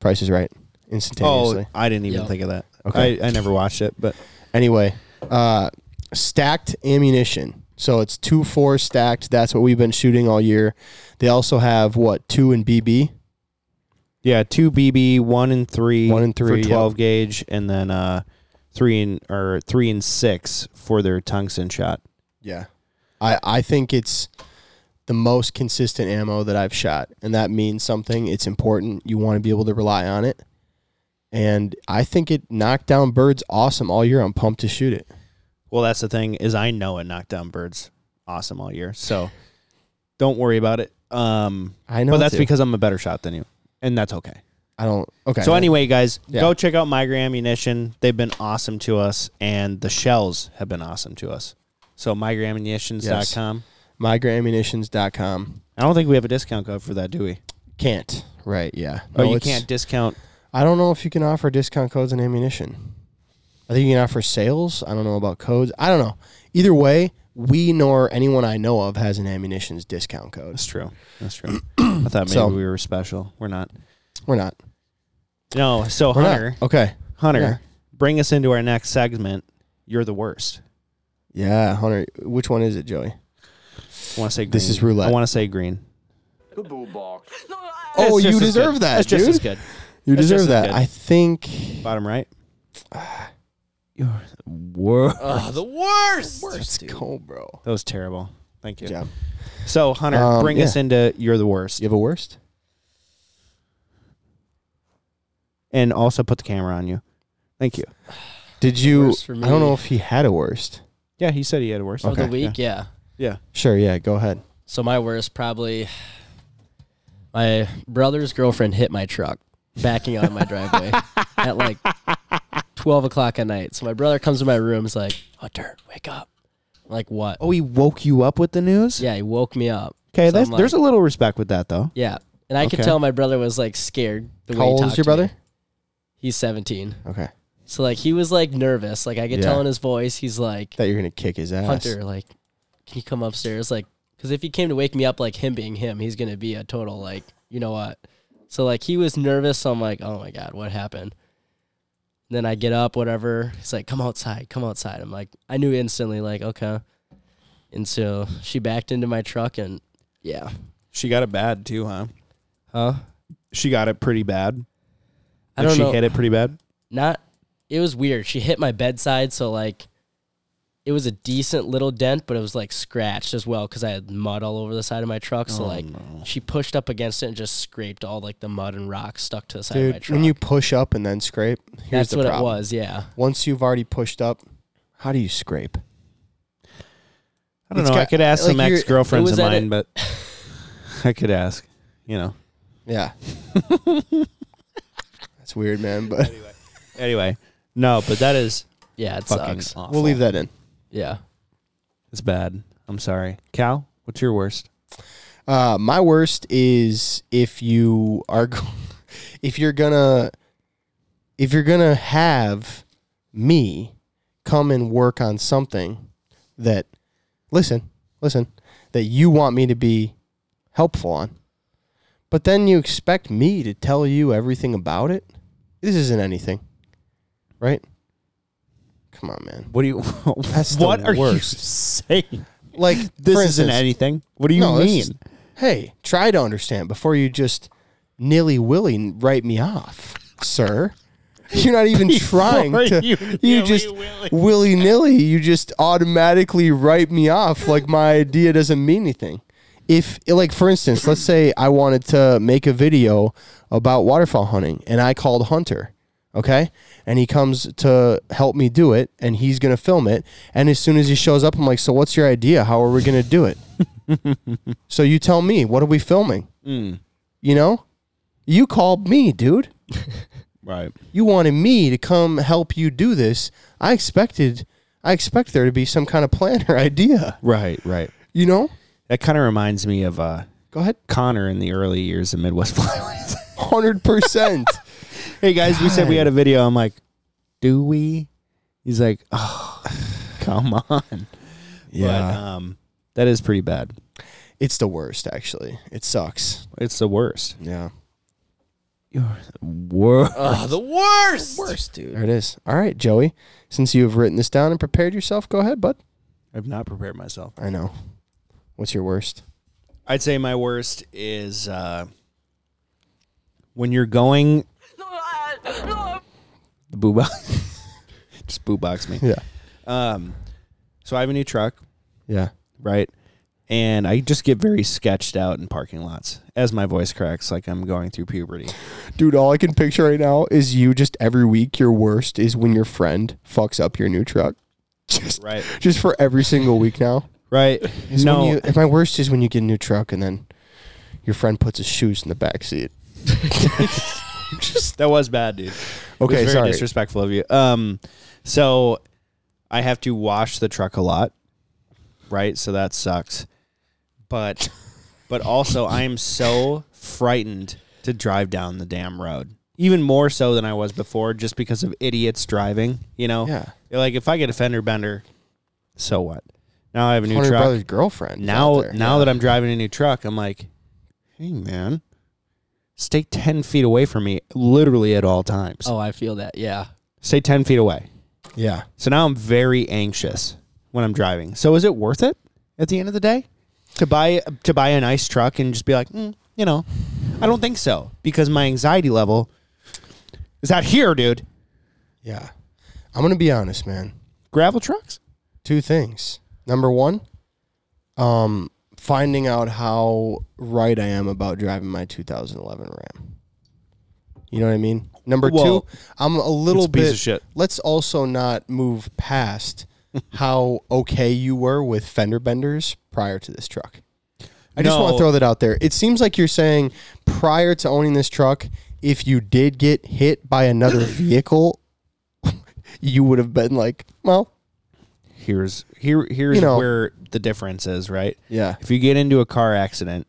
Speaker 1: Price is Right, instantaneously.
Speaker 2: oh, I didn't even
Speaker 3: Yeah.
Speaker 2: think of that.
Speaker 1: Okay.
Speaker 2: Oh, I, I never watched it, but
Speaker 1: Anyway, uh, stacked ammunition. So it's two four stacked. That's what we've been shooting all year. They also have what two and BB.
Speaker 2: Yeah, two BB, one and three,
Speaker 1: One and three,
Speaker 2: for twelve gauge, and then uh, three and or three and six for their tungsten shot.
Speaker 1: Yeah, I I think it's the most consistent ammo that I've shot, and that means something. It's important. You want to be able to rely on it, and I think it knocked down birds awesome all year. I'm pumped to shoot it.
Speaker 2: Well, that's the thing is I know it knocked down birds awesome all year, so don't worry about it. Um,
Speaker 1: I know,
Speaker 2: but that's
Speaker 1: too.
Speaker 2: because I'm a better shot than you, and that's okay.
Speaker 1: I don't. Okay.
Speaker 2: So anyway, guys,
Speaker 1: Yeah.
Speaker 2: go check out Migra Ammunition. They've been awesome to us, and the shells have been awesome to us. So migraammunitions.com.
Speaker 1: migraammunitions.com.
Speaker 2: I don't think we have a discount code for that, do we?
Speaker 1: Can't. Right. Yeah.
Speaker 2: Oh, you
Speaker 1: it's-
Speaker 2: can't discount
Speaker 1: I don't know if you can offer discount codes and ammunition. I think you can offer sales. I don't know about codes. I don't know. Either way, we nor anyone I know of has an ammunitions discount code.
Speaker 2: That's true. That's true. I thought maybe
Speaker 1: So-
Speaker 2: we were special. We're not.
Speaker 1: We're not.
Speaker 2: No. So
Speaker 1: We're
Speaker 2: Hunter,
Speaker 1: not. Okay.
Speaker 2: Hunter,
Speaker 1: Yeah.
Speaker 2: bring us into our next segment. You're the worst.
Speaker 1: Yeah, Hunter. Which one is it, Joey?
Speaker 2: I want to say green.
Speaker 1: This is roulette.
Speaker 2: I want to say green.
Speaker 1: Oh,
Speaker 2: It's
Speaker 1: you
Speaker 2: just as
Speaker 1: deserve
Speaker 2: good.
Speaker 1: that,
Speaker 2: That's just
Speaker 1: dude.
Speaker 2: as good.
Speaker 1: You
Speaker 2: That's
Speaker 1: deserve
Speaker 2: just as
Speaker 1: that.
Speaker 2: good.
Speaker 1: I think.
Speaker 2: Bottom right. You're the worst.
Speaker 3: Ah, the worst.
Speaker 1: Let's go, bro.
Speaker 2: That was terrible. Thank you.
Speaker 1: Good job.
Speaker 2: So Hunter,
Speaker 1: Um,
Speaker 2: bring
Speaker 1: yeah.
Speaker 2: us into you're the worst,
Speaker 1: You have a worst?
Speaker 2: and also put the camera on you. Thank you.
Speaker 1: Did you?
Speaker 3: Worst for
Speaker 1: I don't
Speaker 3: me.
Speaker 1: know if he had a worst.
Speaker 2: Yeah, he said he had a worst.
Speaker 3: Of the
Speaker 1: Okay,
Speaker 2: yeah.
Speaker 3: week, yeah.
Speaker 2: Yeah.
Speaker 1: Sure. Yeah. Go ahead.
Speaker 3: So my worst probably my brother's girlfriend hit my truck backing out of my driveway at like twelve o'clock at night. So my brother comes to my room, is like, Hunter, wake up. I'm like what?
Speaker 2: Oh, he woke you up with the news.
Speaker 3: Yeah, he woke me up.
Speaker 2: Okay.
Speaker 3: So
Speaker 2: that's
Speaker 3: I'm like-
Speaker 2: there's a little respect with that though.
Speaker 3: Yeah. And I could
Speaker 2: Okay.
Speaker 3: tell my brother was like scared the
Speaker 1: How
Speaker 3: way he
Speaker 1: old
Speaker 3: talked
Speaker 1: is your
Speaker 3: to me.
Speaker 1: brother?
Speaker 3: He's seventeen.
Speaker 1: Okay.
Speaker 3: So like he was like nervous. Like I could
Speaker 1: Yeah.
Speaker 3: tell in his voice, he's like
Speaker 1: That you're gonna kick his ass.
Speaker 3: Hunter, like, can you come upstairs? Like, because if he came to wake me up, like him being him, he's gonna be a total like, you know what? So like he was nervous. So I'm like, oh my god, what happened? Then I get up, whatever. He's like, come outside, come outside. I'm like, I knew instantly, like, okay. And so she backed into my truck and yeah,
Speaker 2: She got it bad too, huh?
Speaker 3: huh?
Speaker 2: She got it pretty bad.
Speaker 3: I
Speaker 2: Like,
Speaker 3: don't
Speaker 2: she
Speaker 3: know.
Speaker 2: hit it pretty bad.
Speaker 3: not it was weird. She hit my bedside, so like it was a decent little dent, but it was like scratched as well because I had mud all over the side of my truck. So like she pushed up against it and just scraped all like the mud and rocks stuck to the side of my
Speaker 1: Dude,
Speaker 3: truck.
Speaker 1: when you push up and then scrape, here's
Speaker 3: That's
Speaker 1: the
Speaker 3: what
Speaker 1: problem.
Speaker 3: it was, yeah.
Speaker 1: Once you've already pushed up, how do you scrape?
Speaker 2: I don't
Speaker 1: It's
Speaker 2: know. I
Speaker 1: got-
Speaker 2: could ask
Speaker 1: like,
Speaker 2: some
Speaker 1: you're-
Speaker 2: ex girlfriends of
Speaker 3: it was at
Speaker 2: mine,
Speaker 3: a-
Speaker 2: but I could ask. You know.
Speaker 1: Yeah. That's weird, man, but
Speaker 2: Anyway, no, but that is
Speaker 3: Yeah, it
Speaker 2: fucking
Speaker 3: sucks.
Speaker 2: awful.
Speaker 1: we'll leave that in.
Speaker 3: Yeah.
Speaker 2: It's bad. I'm sorry, Cal. What's your worst?
Speaker 1: Uh, my worst is if you are go- if you're gonna if you're gonna have me come and work on something that listen, listen, that you want me to be helpful on. But then you expect me to tell you everything about it? This isn't anything. Right? Come on, man.
Speaker 2: What do you?
Speaker 1: That's the
Speaker 2: what are you
Speaker 1: worst.
Speaker 2: saying?
Speaker 1: Like
Speaker 2: This
Speaker 1: for
Speaker 2: isn't
Speaker 1: instance,
Speaker 2: anything. What do you
Speaker 1: No, this
Speaker 2: mean?
Speaker 1: is- hey, try to understand before you just nilly willy write me off, sir. You're not even trying to.
Speaker 2: you
Speaker 1: You, just
Speaker 2: nilly-willy.
Speaker 1: willy nilly. You just automatically write me off like my idea doesn't mean anything. If, like, for instance, let's say I wanted to make a video about waterfall hunting and I called Hunter, okay? And he comes to help me do it and he's going to film it. And as soon as he shows up, I'm like, so what's your idea? How are we going to do it? So you tell me, what are we filming? You know? You called me, dude.
Speaker 2: right.
Speaker 1: You wanted me to come help you do this. I expected I expect there to be some kind of plan or idea.
Speaker 2: Right. Right.
Speaker 1: You know?
Speaker 2: That kind of reminds me of uh,
Speaker 1: Go ahead.
Speaker 2: Connor in the early years of Midwest Flyways.
Speaker 1: Hundred percent.
Speaker 2: hey guys, we said we had a video. I'm like, do we? He's like, oh, come on. But, um, that is pretty bad.
Speaker 1: It's the worst actually. It sucks.
Speaker 2: It's the worst.
Speaker 1: Yeah.
Speaker 2: Worst.
Speaker 3: Oh, the worst.
Speaker 4: Worst, dude.
Speaker 1: There it is. All right, Joey. Since you have written this down and prepared yourself, go ahead, bud.
Speaker 2: I've not prepared myself.
Speaker 1: I know. What's your worst?
Speaker 2: I'd say my worst is uh, when you're going the boo box. Just boo box me.
Speaker 1: Yeah.
Speaker 2: Um, so I have a new truck,
Speaker 1: Yeah.
Speaker 2: right? And I just get very sketched out in parking lots as my voice cracks, like I'm going through puberty.
Speaker 1: Dude, all I can picture right now is you just every week. Your worst is when your friend fucks up your new truck. Just,
Speaker 2: Right.
Speaker 1: just for every single week now.
Speaker 2: Right?
Speaker 1: Is when
Speaker 2: no,
Speaker 1: you- and my worst is when you get a new truck and then your friend puts his shoes in the back seat.
Speaker 2: that was bad, dude.
Speaker 1: Okay,
Speaker 2: it was very
Speaker 1: sorry.
Speaker 2: disrespectful of you. Um, so I have to wash the truck a lot, right? So that sucks. But, but also I am so frightened to drive down the damn road, even more so than I was before, just because of idiots driving. You know,
Speaker 1: Yeah.
Speaker 2: You're like if I get a fender bender, so what? Now I have a new
Speaker 1: Hunter
Speaker 2: truck.
Speaker 1: brother's girlfriend. is out
Speaker 2: now,
Speaker 1: there.
Speaker 2: now that I'm driving a new truck, I'm like, hey man, stay ten feet away from me, literally at all times
Speaker 3: Oh, I feel that. Yeah.
Speaker 2: say 10 feet away.
Speaker 1: yeah,
Speaker 2: So now I'm very anxious when I'm driving. So is it worth it at the end of the day to buy to buy a nice truck and just be like, mm, you know, I don't think so because my anxiety level is out here, dude.
Speaker 1: yeah. I'm gonna be honest, man.
Speaker 2: Gravel trucks?
Speaker 1: Two things. Number one, um, finding out how right I am about driving my 2011 Ram. You know what I mean? Number
Speaker 2: Well,
Speaker 1: two, I'm a little
Speaker 2: it's a piece
Speaker 1: bit.
Speaker 2: of shit.
Speaker 1: Let's also not move past how okay you were with fender benders prior to this truck. I just want
Speaker 2: No.
Speaker 1: to throw that out there. It seems like you're saying prior to owning this truck, if you did get hit by another vehicle, you would have been like, well,
Speaker 2: Here's here here's
Speaker 1: You know.
Speaker 2: where the difference is, right?
Speaker 1: yeah,
Speaker 2: If you get into a car accident,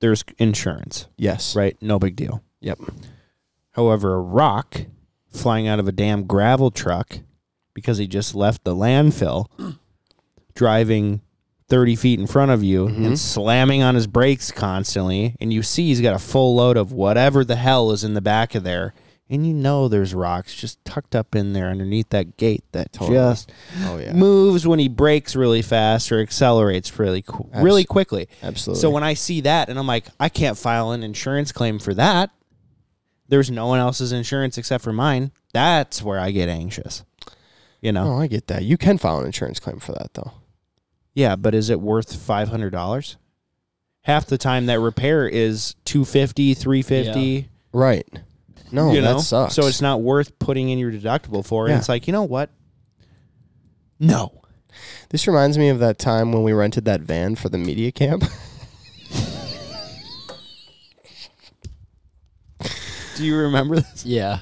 Speaker 2: there's insurance,
Speaker 1: yes,
Speaker 2: right? No big deal.
Speaker 1: yep,
Speaker 2: However, a rock flying out of a damn gravel truck because he just left the landfill, driving 30 feet in front of you
Speaker 1: Mm-hmm.
Speaker 2: and slamming on his brakes constantly. And you see he's got a full load of whatever the hell is in the back of there. And you know there's rocks just tucked up in there underneath that gate that just
Speaker 1: oh yeah,
Speaker 2: moves when he brakes really fast or accelerates really qu- really
Speaker 1: Abs-
Speaker 2: quickly.
Speaker 1: absolutely.
Speaker 2: So when I see that and I'm like, I can't file an insurance claim for that. There's no one else's insurance except for mine. That's where I get anxious. You know?
Speaker 1: oh, I get that. You can file an insurance claim for that though.
Speaker 2: Yeah, but is it worth five hundred dollars? Half the time that repair is 250 350
Speaker 1: Right? No,
Speaker 2: you know?
Speaker 1: Oh, that sucks.
Speaker 2: So it's not worth putting in your deductible for.
Speaker 1: Yeah.
Speaker 2: And it's like, you know what? No.
Speaker 1: This reminds me of that time when we rented that van for the media camp.
Speaker 2: Do you remember this?
Speaker 3: Yeah.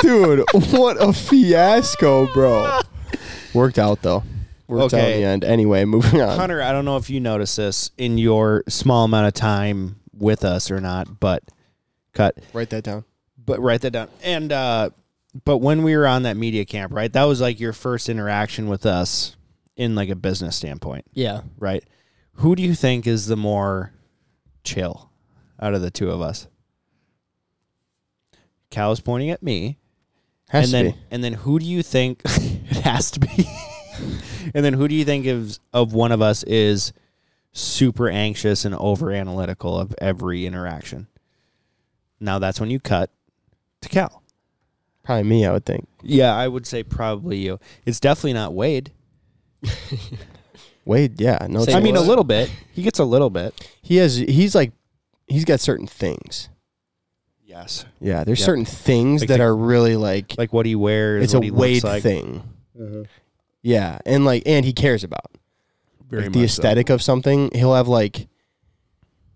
Speaker 1: Dude, what a fiasco, bro. Worked out though. Worked out
Speaker 2: Okay.
Speaker 1: in the end. Anyway, moving on.
Speaker 2: Hunter, I don't know if you noticed this in your small amount of time with us or not, but cut.
Speaker 1: Write that down.
Speaker 2: But write that down. And uh, but when we were on that media camp, right? That was like your first interaction with us in like a business standpoint,
Speaker 3: Yeah.
Speaker 2: right? Who do you think is the more chill out of the two of us? Cal's pointing at me.
Speaker 1: Has
Speaker 2: and
Speaker 1: to
Speaker 2: then and then who do you think it has to be? and then who do you think of of one of us is super anxious and over analytical of every interaction? Now that's when you cut to Cal.
Speaker 1: be probably me. I would think
Speaker 2: Yeah, I would say probably you. It's definitely not Wade.
Speaker 1: Wade. Yeah, no.
Speaker 3: Say
Speaker 1: it's-
Speaker 2: I mean, a
Speaker 3: what?
Speaker 2: little bit. He gets a little bit.
Speaker 1: he has. He's like, he's got certain things.
Speaker 2: Yes.
Speaker 1: Yeah, there's
Speaker 2: Yep.
Speaker 1: certain things
Speaker 2: Like
Speaker 1: that
Speaker 2: the-
Speaker 1: are really like,
Speaker 2: Like what he wears.
Speaker 1: it's a
Speaker 2: what he looks
Speaker 1: Wade
Speaker 2: like.
Speaker 1: thing. Yeah, and like, and he cares about
Speaker 2: Very
Speaker 1: like,
Speaker 2: much
Speaker 1: the
Speaker 2: so.
Speaker 1: aesthetic of something. He'll have like,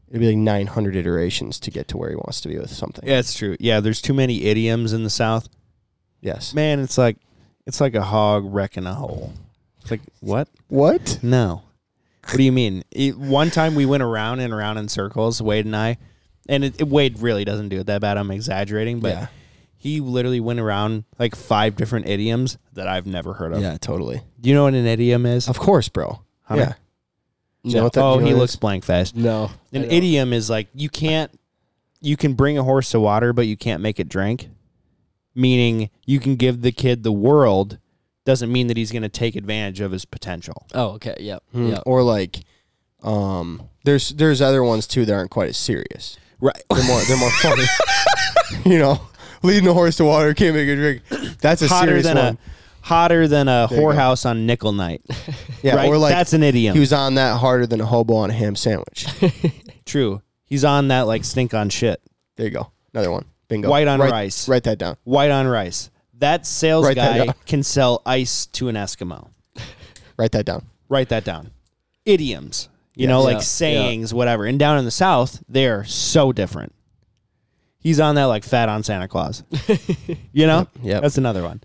Speaker 1: it'll be like 900 iterations to get to where he wants to be with something.
Speaker 2: Yeah, it's true. Yeah, there's too many idioms in the South.
Speaker 1: Yes.
Speaker 2: Man, it's like it's like a hog wrecking a hole. It's like what?
Speaker 1: What?
Speaker 2: No. What do you mean? It, one time we went around and around in circles, Wade and I, and it, it- Wade really doesn't do it that bad. I'm exaggerating, but
Speaker 1: Yeah.
Speaker 2: he literally went around like five different idioms that I've never heard of.
Speaker 1: Yeah, totally.
Speaker 2: Do you know what an idiom is?
Speaker 1: Of course, bro.
Speaker 2: Huh?
Speaker 1: Yeah. you know
Speaker 3: No.
Speaker 1: what that-
Speaker 2: oh,
Speaker 1: you know what
Speaker 2: he
Speaker 1: it
Speaker 2: looks
Speaker 1: is?
Speaker 2: blank faced.
Speaker 3: No.
Speaker 2: An
Speaker 3: I don't.
Speaker 2: idiom is like you can't, you can bring a horse to water, but you can't make it drink. Meaning you can give the kid the world, doesn't mean that he's going to take advantage of his potential.
Speaker 3: Oh, okay. Yep.
Speaker 1: Mm,
Speaker 3: Yep.
Speaker 1: Or like, um, there's there's other ones too that aren't quite as serious.
Speaker 2: Right.
Speaker 1: They're more they're more funny. you know, leading a horse to water can't make a drink. That's a
Speaker 2: hotter
Speaker 1: serious
Speaker 2: than
Speaker 1: one.
Speaker 2: a hotter than a
Speaker 1: There you go.
Speaker 2: whorehouse on nickel night.
Speaker 1: yeah,
Speaker 2: right?
Speaker 1: or like
Speaker 2: that's an idiom.
Speaker 1: he was on that harder than a hobo on a ham sandwich.
Speaker 2: True. He's on that like stink on shit.
Speaker 1: There you go. Another one. Bingo.
Speaker 2: White on
Speaker 1: Write-
Speaker 2: rice.
Speaker 1: Write that down.
Speaker 2: White on rice. That sales
Speaker 1: Write that
Speaker 2: guy
Speaker 1: down.
Speaker 2: can sell ice to an Eskimo.
Speaker 1: Write that down.
Speaker 2: Write that down. Idioms. You know,
Speaker 3: Yeah.
Speaker 2: like
Speaker 3: Yeah.
Speaker 2: sayings, whatever. And down in the South, they're so different. He's on that like fat on Santa Claus. you know?
Speaker 1: yep.
Speaker 2: That's another one.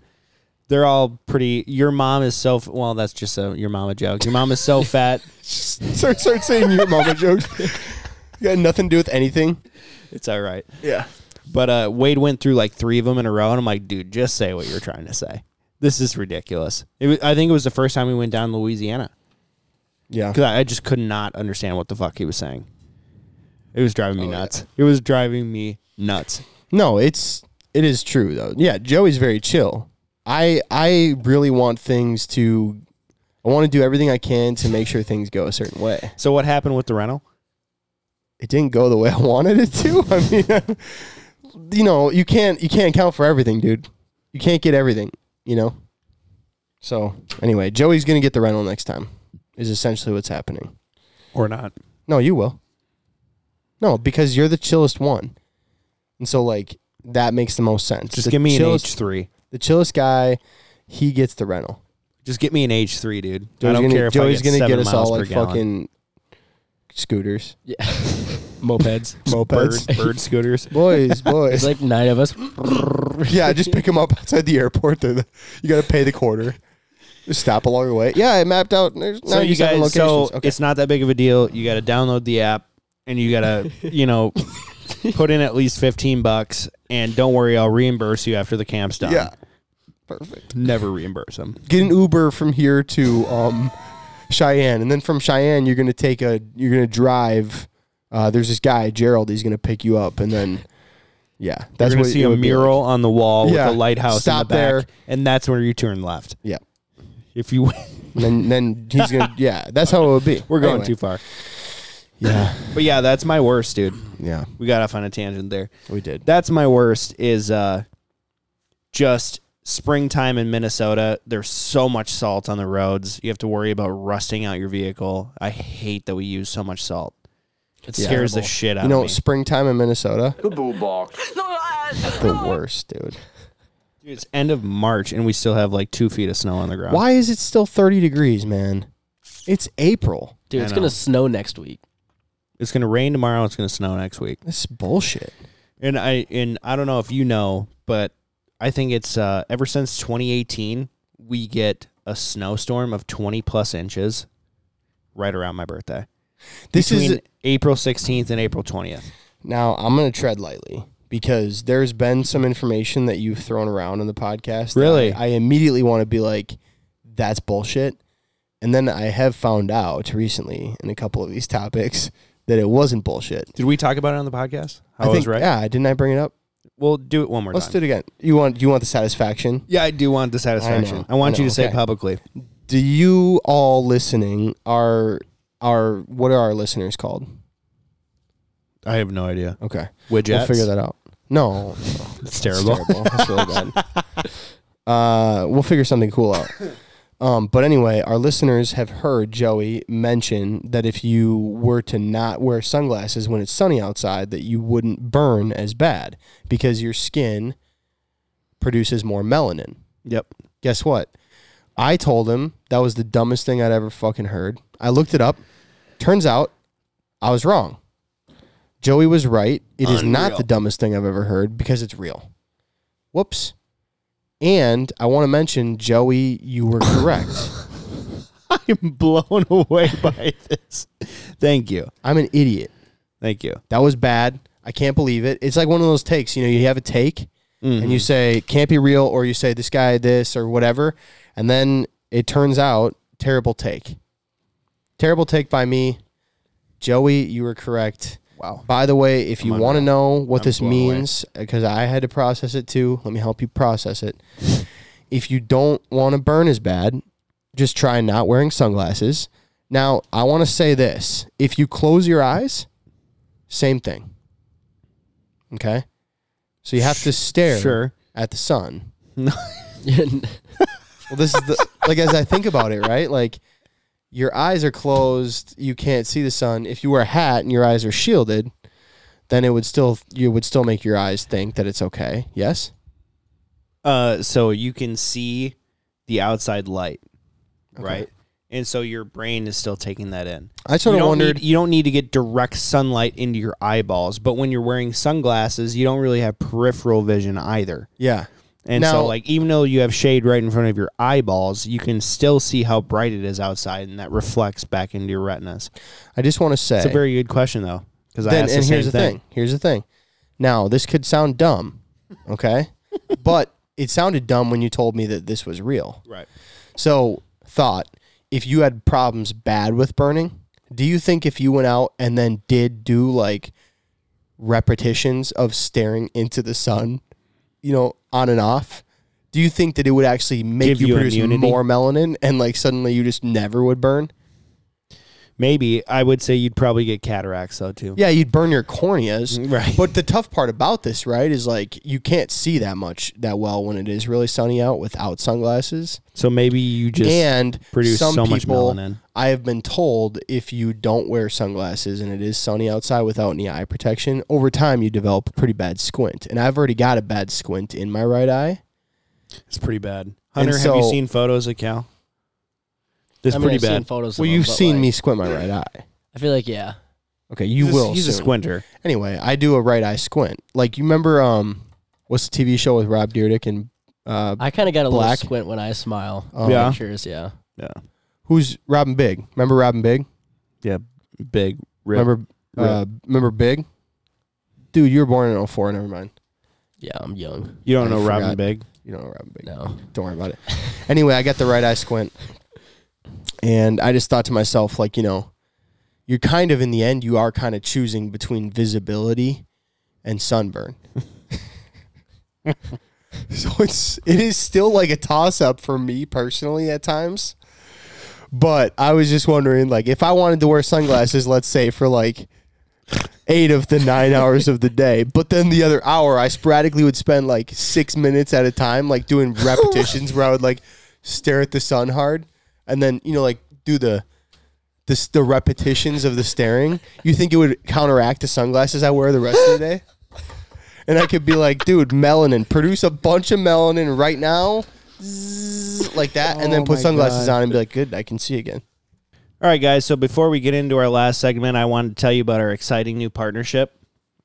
Speaker 2: They're all pretty. Your mom is so. f- Well, that's just a your mama joke. Your mom is so fat.
Speaker 1: Start start saying your mama jokes. Got nothing to do with anything.
Speaker 2: it's all right.
Speaker 1: Yeah.
Speaker 2: But uh, Wade went through like three of them in a row, and I'm like, dude, just say what you're trying to say. This is ridiculous. It was, I think it was the first time we went down to Louisiana
Speaker 1: Yeah.
Speaker 2: because I, I just could not understand what the fuck he was saying. It was driving me
Speaker 1: Oh, yeah.
Speaker 2: nuts. It was driving me nuts.
Speaker 1: No, it's it is true though. Yeah, Joey's very chill. I I really want things to I want to do everything I can to make sure things go a certain way.
Speaker 2: So what happened with the rental?
Speaker 1: It didn't go the way I wanted it to. I mean, you know, you can't you can't count for everything, dude. You can't get everything, you know. So, anyway, Joey's going to get the rental next time. Is essentially what's happening.
Speaker 2: Or not?
Speaker 1: No, you will. No, because you're the chillest one. And so like that makes the most sense.
Speaker 2: Just
Speaker 1: The
Speaker 2: give me an
Speaker 1: chillest-
Speaker 2: H three.
Speaker 1: the chillest guy, he gets the rental.
Speaker 2: Just get me an H three, dude. I
Speaker 1: Joey's
Speaker 2: don't
Speaker 1: gonna,
Speaker 2: care if
Speaker 1: Joey's
Speaker 2: I get
Speaker 1: gonna
Speaker 2: seven
Speaker 1: get us
Speaker 2: miles
Speaker 1: all
Speaker 2: per
Speaker 1: like
Speaker 2: gallon.
Speaker 1: fucking scooters,
Speaker 3: Yeah. Mopeds.
Speaker 1: mopeds.
Speaker 2: bird, bird scooters.
Speaker 1: Boys,
Speaker 3: There's
Speaker 1: boys.
Speaker 3: like nine of us.
Speaker 1: yeah, just pick them up outside the airport. They're the, you got to pay the quarter. Just stop along the way. Yeah, I mapped out. There's
Speaker 2: so you
Speaker 1: 97
Speaker 2: guys,
Speaker 1: locations.
Speaker 2: so
Speaker 1: okay.
Speaker 2: it's not that big of a deal. You got to download the app, and you got to, you know, put in at least fifteen bucks. And don't worry, I'll reimburse you after the camp's done.
Speaker 1: yeah, perfect.
Speaker 2: never reimburse them.
Speaker 1: Get an Uber from here to um, Cheyenne, and then from Cheyenne you're gonna take a you're gonna drive. Uh, there's this guy Gerald. He's gonna pick you up, and then yeah,
Speaker 2: You're
Speaker 1: that's
Speaker 2: gonna
Speaker 1: what
Speaker 2: see
Speaker 1: it
Speaker 2: a
Speaker 1: would be like.
Speaker 2: mural on the wall
Speaker 1: Yeah.
Speaker 2: with a lighthouse
Speaker 1: Stop
Speaker 2: in the
Speaker 1: there.
Speaker 2: back, and that's where you turn left.
Speaker 1: Yeah.
Speaker 2: If you,
Speaker 1: And then, then he's gonna yeah that's how it would be
Speaker 2: we're going
Speaker 1: Anyway.
Speaker 2: too far.
Speaker 1: yeah
Speaker 2: But yeah, that's my worst, dude.
Speaker 1: yeah
Speaker 2: We got off on a tangent there.
Speaker 1: we did
Speaker 2: That's my worst is uh just springtime in Minnesota. There's so much salt on the roads. You have to worry about rusting out your vehicle. I hate that we use so much salt.
Speaker 3: It
Speaker 2: Scares the shit out
Speaker 1: you know
Speaker 2: of me.
Speaker 1: springtime in Minnesota
Speaker 4: The boo box.
Speaker 1: the worst dude
Speaker 2: Dude, it's end of March and we still have like two feet of snow on the ground.
Speaker 1: why is it still thirty degrees man it's April
Speaker 3: Dude,
Speaker 2: I
Speaker 3: it's
Speaker 2: know.
Speaker 3: gonna snow next week.
Speaker 2: It's gonna rain tomorrow, it's gonna snow next week.
Speaker 1: this is bullshit
Speaker 2: And I and I don't know if you know, but I think it's uh ever since twenty eighteen we get a snowstorm of twenty plus inches right around my birthday.
Speaker 1: this
Speaker 2: between
Speaker 1: is
Speaker 2: April 16th and April 20th.
Speaker 1: now I'm gonna tread lightly because there's been some information that you've thrown around in the podcast. that
Speaker 2: Really?
Speaker 1: I, I immediately want to be like, that's bullshit. And then I have found out recently in a couple of these topics that it wasn't bullshit.
Speaker 2: Did we talk about it on the podcast?
Speaker 1: I
Speaker 2: How I
Speaker 1: think,
Speaker 2: was right.
Speaker 1: Yeah, didn't I bring it up?
Speaker 2: We'll do it one more
Speaker 1: Let's
Speaker 2: time.
Speaker 1: do it again. You want you want the satisfaction?
Speaker 2: yeah, I do want the satisfaction. I,
Speaker 1: know,
Speaker 2: want
Speaker 1: I
Speaker 2: you
Speaker 1: know,
Speaker 2: to say
Speaker 1: okay.
Speaker 2: publicly.
Speaker 1: Do you all listening are are what are our listeners called?
Speaker 2: I have no idea.
Speaker 1: Okay,
Speaker 2: Widgets.
Speaker 1: we'll figure that out. No,
Speaker 2: It's terrible.
Speaker 1: It's terrible. That's really bad. Uh, we'll figure something cool out. Um, but anyway, our listeners have heard Joey mention that if you were to not wear sunglasses when it's sunny outside, that you wouldn't burn as bad because your skin produces more melanin.
Speaker 2: Yep.
Speaker 1: Guess what? I told him that was the dumbest thing I'd ever fucking heard. I looked it up. Turns out I was wrong. Joey was right. It is not
Speaker 2: Unreal.
Speaker 1: the dumbest thing I've ever heard because it's real. Whoops. And I want to mention, Joey, you were correct.
Speaker 2: I'm blown away by this. Thank you.
Speaker 1: I'm an idiot.
Speaker 2: Thank you.
Speaker 1: That was bad. I can't believe it. It's like one of those takes, you know, you have a take
Speaker 2: Mm-hmm.
Speaker 1: and you say can't be real or you say this guy this or whatever and then it turns out terrible take. Terrible take by me. Joey, you were correct.
Speaker 2: Wow.
Speaker 1: By the way, if you
Speaker 2: on
Speaker 1: want to
Speaker 2: now.
Speaker 1: know what
Speaker 2: I'm
Speaker 1: this
Speaker 2: blown away.
Speaker 1: means because I had to process it too, let me help you process it. if you don't want to burn as bad, just try not wearing sunglasses. Now, I want to say this. If you close your eyes, same thing. Okay? So you have to stare
Speaker 2: Sure.
Speaker 1: at the sun.
Speaker 3: yeah,
Speaker 1: Well, this is the like as I think about it, right? Like your eyes are closed, you can't see the sun. If you wear a hat and your eyes are shielded, then it would still you would still make your eyes think that it's okay. Yes?
Speaker 2: Uh, so you can see the outside light, right? And so your brain is still taking that in.
Speaker 1: I sort
Speaker 2: you
Speaker 1: of
Speaker 2: don't
Speaker 1: wondered
Speaker 2: need- you don't need to get direct sunlight into your eyeballs, but when you're wearing sunglasses, you don't really have peripheral vision either.
Speaker 1: Yeah.
Speaker 2: And
Speaker 1: Now-
Speaker 2: so, like, even though you have shade right in front of your eyeballs, you can still see how bright it is outside, and that reflects back into your retinas.
Speaker 1: I just want to say
Speaker 2: It's a very good question, though, because I
Speaker 1: then,
Speaker 2: asked the
Speaker 1: and
Speaker 2: same
Speaker 1: here's the
Speaker 2: thing.
Speaker 1: thing. Here's the thing. Now, this could sound dumb, okay? but it sounded dumb when you told me that this was real.
Speaker 2: Right.
Speaker 1: So, thought if you had problems bad with burning, do you think if you went out and then did do like repetitions of staring into the sun, you know, on and off, do you think that it would actually make
Speaker 2: Give
Speaker 1: you,
Speaker 2: you
Speaker 1: produce
Speaker 2: immunity?
Speaker 1: more melanin and like suddenly you just never would burn?
Speaker 2: Maybe I would say you'd probably get cataracts though too.
Speaker 1: Yeah, you'd burn your corneas.
Speaker 2: Mm, Right.
Speaker 1: But the tough part about this, right, is like you can't see that much that well when it is really sunny out without sunglasses.
Speaker 2: So maybe you just
Speaker 1: and
Speaker 2: produce
Speaker 1: some
Speaker 2: so much
Speaker 1: people,
Speaker 2: melanin.
Speaker 1: I have been told if you don't wear sunglasses and it is sunny outside without any eye protection, over time you develop a pretty bad squint. And I've already got a bad squint in my right eye.
Speaker 2: it's pretty bad.
Speaker 1: And
Speaker 2: Hunter, have
Speaker 1: so-
Speaker 2: you seen photos of Cal? It's
Speaker 3: I mean,
Speaker 2: pretty
Speaker 3: I've
Speaker 2: bad.
Speaker 3: Seen photos. of
Speaker 1: well,
Speaker 3: him,
Speaker 1: you've
Speaker 3: but,
Speaker 1: seen
Speaker 3: like,
Speaker 1: me squint my right eye.
Speaker 3: I feel like yeah.
Speaker 1: Okay, you
Speaker 2: he's
Speaker 1: will.
Speaker 2: A, he's
Speaker 1: soon.
Speaker 2: a squinter.
Speaker 1: Anyway, I do a right eye squint. Like you remember, um, what's the TV show with Rob Dyrdek and uh,
Speaker 3: I kind of got a little
Speaker 1: Black.
Speaker 3: squint when I smile.
Speaker 1: Oh.
Speaker 2: Yeah.
Speaker 3: Pictures, yeah.
Speaker 2: Yeah,
Speaker 1: who's Robin Big? Remember Robin Big?
Speaker 2: yeah, big. Rip.
Speaker 1: Remember, uh, remember Big? Dude, you were born in 04. Never mind.
Speaker 3: Yeah, I'm young.
Speaker 2: you don't
Speaker 1: I
Speaker 2: know
Speaker 1: forgot.
Speaker 2: Robin Big.
Speaker 1: You don't know Robin Big.
Speaker 3: No.
Speaker 1: Don't worry about it. anyway, I got the right eye squint. And I just thought to myself, like, you know, you're kind of in the end, you are kind of choosing between visibility and sunburn. so it's it is still like a toss up for me personally at times. But I was just wondering, like, if I wanted to wear sunglasses, let's say for like eight of the nine hours of the day, but then the other hour I sporadically would spend like six minutes at a time, like doing repetitions where I would like stare at the sun hard, and then you know like do the the s- the repetitions of the staring. You think it would counteract the sunglasses I wear the rest of the day? And I could be like, dude, melanin, produce a bunch of melanin right now, Zzz, like that, and then
Speaker 2: Oh
Speaker 1: put
Speaker 2: my
Speaker 1: sunglasses
Speaker 2: God.
Speaker 1: on and be like, good, I can see again.
Speaker 2: All right, guys. So before we get into our last segment, I wanted to tell you about our exciting new partnership.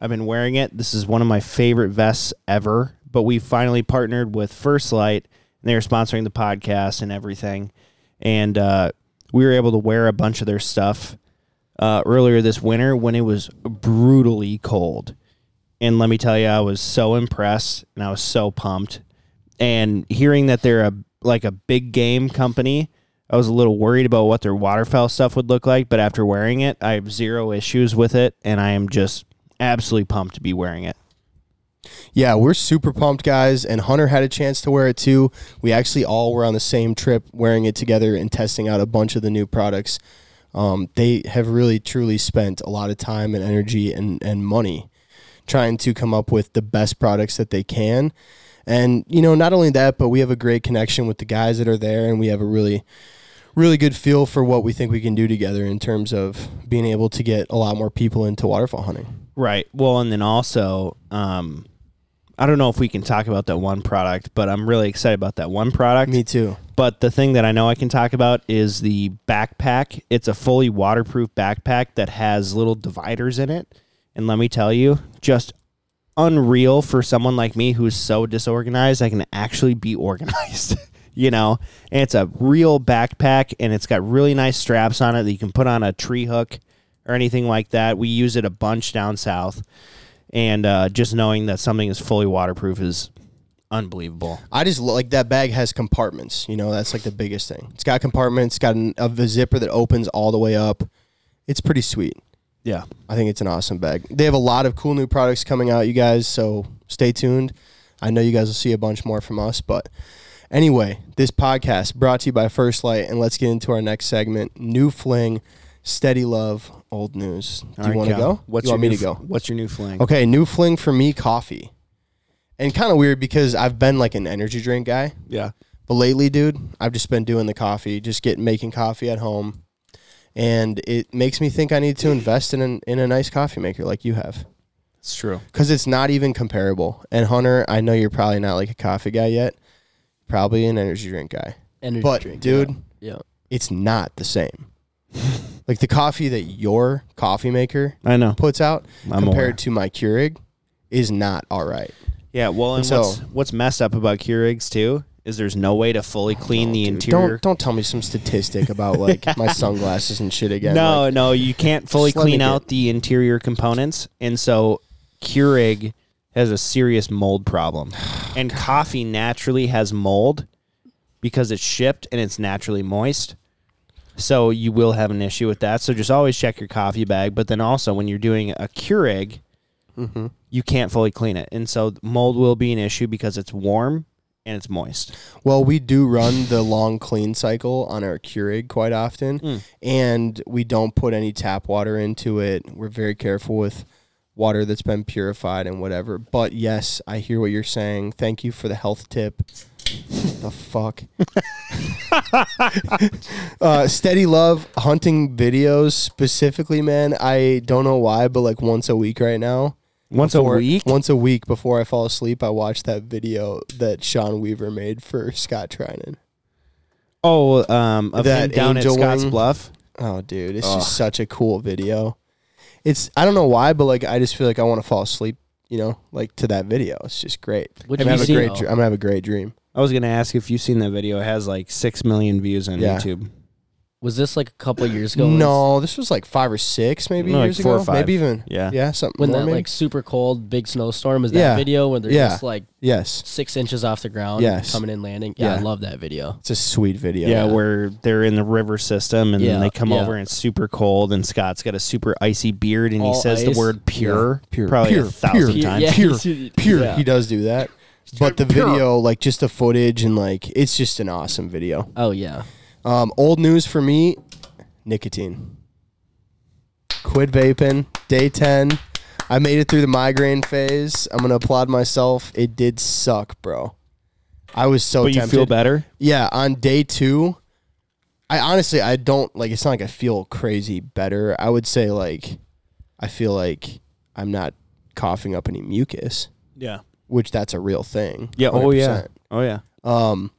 Speaker 2: I've been wearing it. This is one of my favorite vests ever. But we finally partnered with First Light, and they're sponsoring the podcast and everything. And uh, we were able to wear a bunch of their stuff uh, earlier this winter when it was brutally cold. And let me tell you, I was so impressed and I was so pumped. And hearing that they're a like a big game company, I was a little worried about what their waterfowl stuff would look like. But after wearing it, I have zero issues with it, and I am just absolutely pumped to be wearing it.
Speaker 1: Yeah, we're super pumped, guys. And Hunter had a chance to wear it too. We actually all were on the same trip wearing it together and testing out a bunch of the new products. Um, they have really, truly spent a lot of time and energy and, and money trying to come up with the best products that they can. And, you know, not only that, but we have a great connection with the guys that are there and we have a really, really good feel for what we think we can do together in terms of being able to get a lot more people into waterfall hunting.
Speaker 2: Right. Well, and then also, um, I don't know if we can talk about that one product, but I'm really excited about that one product.
Speaker 1: Me too.
Speaker 2: But the thing that I know I can talk about is the backpack. It's a fully waterproof backpack that has little dividers in it. And let me tell you, just unreal for someone like me who's so disorganized, I can actually be organized. you know, and it's a real backpack and it's got really nice straps on it that you can put on a tree hook or anything like that. We use it a bunch down south. And uh, just knowing that something is fully waterproof is unbelievable.
Speaker 1: I just lo- like that bag has compartments. You know, that's like the biggest thing. It's got compartments. It's got an, a, v- zipper that opens all the way up. It's pretty sweet.
Speaker 2: Yeah.
Speaker 1: I think it's an awesome bag. They have a lot of cool new products coming out, you guys. So stay tuned. I know you guys will see a bunch more from us. But anyway, this podcast brought to you by First Light, and let's get into our next segment: New Fling, Steady Love, Old News. Do you
Speaker 2: All right,
Speaker 1: want to
Speaker 2: Cal.
Speaker 1: go?
Speaker 2: What's
Speaker 1: you
Speaker 2: your
Speaker 1: want me
Speaker 2: new
Speaker 1: to
Speaker 2: f-
Speaker 1: go?
Speaker 2: What's your new fling?
Speaker 1: Okay, new fling for me, coffee, and kind of weird because I've been like an energy drink guy.
Speaker 2: Yeah.
Speaker 1: But lately, dude, I've just been doing the coffee, just getting making coffee at home, and it makes me think I need to invest in an, in a nice coffee maker like you have,
Speaker 2: It's true.
Speaker 1: because it's not even comparable. And Hunter, I know you're probably not like a coffee guy yet, probably an energy drink guy,
Speaker 3: Energy
Speaker 1: but
Speaker 3: drink, yeah.
Speaker 1: dude,
Speaker 3: yeah.
Speaker 1: it's not the same. like the coffee that your coffee maker
Speaker 2: I know.
Speaker 1: puts out
Speaker 2: I'm
Speaker 1: compared
Speaker 2: aware.
Speaker 1: to my Keurig is not all right.
Speaker 2: Yeah. Well, and
Speaker 1: So-
Speaker 2: what's what's messed up about Keurigs too is there's no way to fully clean the
Speaker 1: Dude,
Speaker 2: interior.
Speaker 1: Don't don't tell me some statistic about like my sunglasses and shit again.
Speaker 2: no,
Speaker 1: like-
Speaker 2: no, you can't fully
Speaker 1: Just let me
Speaker 2: clean
Speaker 1: get-
Speaker 2: out the interior components, and so Keurig has a serious mold problem,
Speaker 1: Oh,
Speaker 2: and coffee naturally has mold because it's shipped and it's naturally moist. So you will have an issue with that. So just always check your coffee bag. But then also when you're doing a Keurig,
Speaker 1: Mm-hmm.
Speaker 2: you can't fully clean it, and so mold will be an issue because it's warm and it's moist.
Speaker 1: Well, we do run the long clean cycle on our Keurig quite often, and we don't put any tap water into it. We're very careful with water that's been purified and whatever. But yes, I hear what you're saying. Thank you for the health tip. the fuck? uh, steady love hunting videos specifically, man. I don't know why, but like once a week right now.
Speaker 2: Once
Speaker 1: before-
Speaker 2: a week,
Speaker 1: Once a week before I fall asleep, I watch that video that Sean Weaver made for Scott Trinan.
Speaker 2: Oh, um, of
Speaker 1: That
Speaker 2: him down
Speaker 1: angel
Speaker 2: at Scotts
Speaker 1: wing?
Speaker 2: Bluff.
Speaker 1: Oh, dude, it's
Speaker 2: Ugh.
Speaker 1: just such a cool video. It's I don't know why, but like I just feel like I want to fall asleep. You know, like to that video. It's just great.
Speaker 3: Would
Speaker 1: I'm
Speaker 3: you
Speaker 1: gonna have a
Speaker 3: see-
Speaker 1: great.
Speaker 2: Oh.
Speaker 1: dr- I'm gonna have a great dream.
Speaker 2: I was gonna ask if you've seen that video. It has like six million views on
Speaker 1: Yeah.
Speaker 2: YouTube.
Speaker 3: Was this like a couple years ago? when it's-
Speaker 1: No, this was like five or six, maybe
Speaker 2: No, like
Speaker 1: years
Speaker 2: four or
Speaker 1: ago,
Speaker 2: five.
Speaker 1: maybe even
Speaker 2: Yeah.
Speaker 1: yeah, something
Speaker 3: When
Speaker 1: more
Speaker 3: that
Speaker 1: maybe?
Speaker 3: like super cold big snowstorm is that
Speaker 1: Yeah.
Speaker 3: video when they're
Speaker 1: Yeah.
Speaker 3: just like
Speaker 1: yes,
Speaker 3: six inches off the ground,
Speaker 1: Yes.
Speaker 3: coming in landing. Yeah, I
Speaker 1: Yeah.
Speaker 3: love that video.
Speaker 1: it's a sweet video.
Speaker 2: Yeah, where they're in the river system and
Speaker 3: Yeah,
Speaker 2: then they come
Speaker 3: yeah.
Speaker 2: over and it's super cold and Scott's got a super icy beard and he
Speaker 3: All
Speaker 2: says
Speaker 3: ice.
Speaker 2: the word pure,
Speaker 1: pure,
Speaker 2: probably
Speaker 1: pure,
Speaker 2: a thousand
Speaker 1: pure,
Speaker 2: times.
Speaker 3: Yeah,
Speaker 1: pure,
Speaker 3: he's-
Speaker 1: pure.
Speaker 3: yeah.
Speaker 1: He does do that, but the
Speaker 2: pure.
Speaker 1: video, like just the footage and like, it's just an awesome video.
Speaker 3: Oh yeah,
Speaker 1: Um, old news for me, nicotine. Quit vaping. Day ten. I made it through the migraine phase. I'm gonna applaud myself. It did suck, bro. I was so.
Speaker 2: But you
Speaker 1: tempted.
Speaker 2: feel better?
Speaker 1: Yeah, on day two, I honestly I don't like. It's not like I feel crazy better. I would say like, I feel like I'm not coughing up any mucus,
Speaker 2: Yeah.
Speaker 1: which that's a real thing.
Speaker 2: Yeah. Oh yeah.
Speaker 1: 100%.
Speaker 2: Oh yeah.
Speaker 1: Um,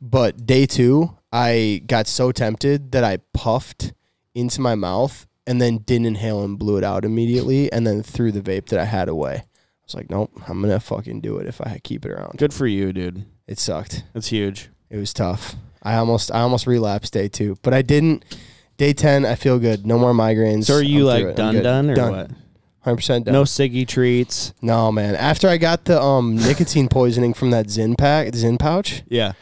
Speaker 1: but day two, I got so tempted that I puffed into my mouth and then didn't inhale and blew it out immediately and then threw the vape that I had away. I was like, nope, I'm gonna fucking do it if I keep it around.
Speaker 2: Good for you, dude.
Speaker 1: It sucked.
Speaker 2: That's huge.
Speaker 1: It was tough. I almost I almost relapsed day two, but I didn't. Day ten, I feel good. No more migraines.
Speaker 2: So are you
Speaker 1: I'm through it.
Speaker 2: like
Speaker 1: I'm
Speaker 2: done
Speaker 1: good.
Speaker 2: done or
Speaker 1: done.
Speaker 2: what?
Speaker 1: hundred percent done.
Speaker 2: No ciggy treats.
Speaker 1: No, man. After I got the um nicotine poisoning from that Zin pack, Zin pouch,
Speaker 2: Yeah.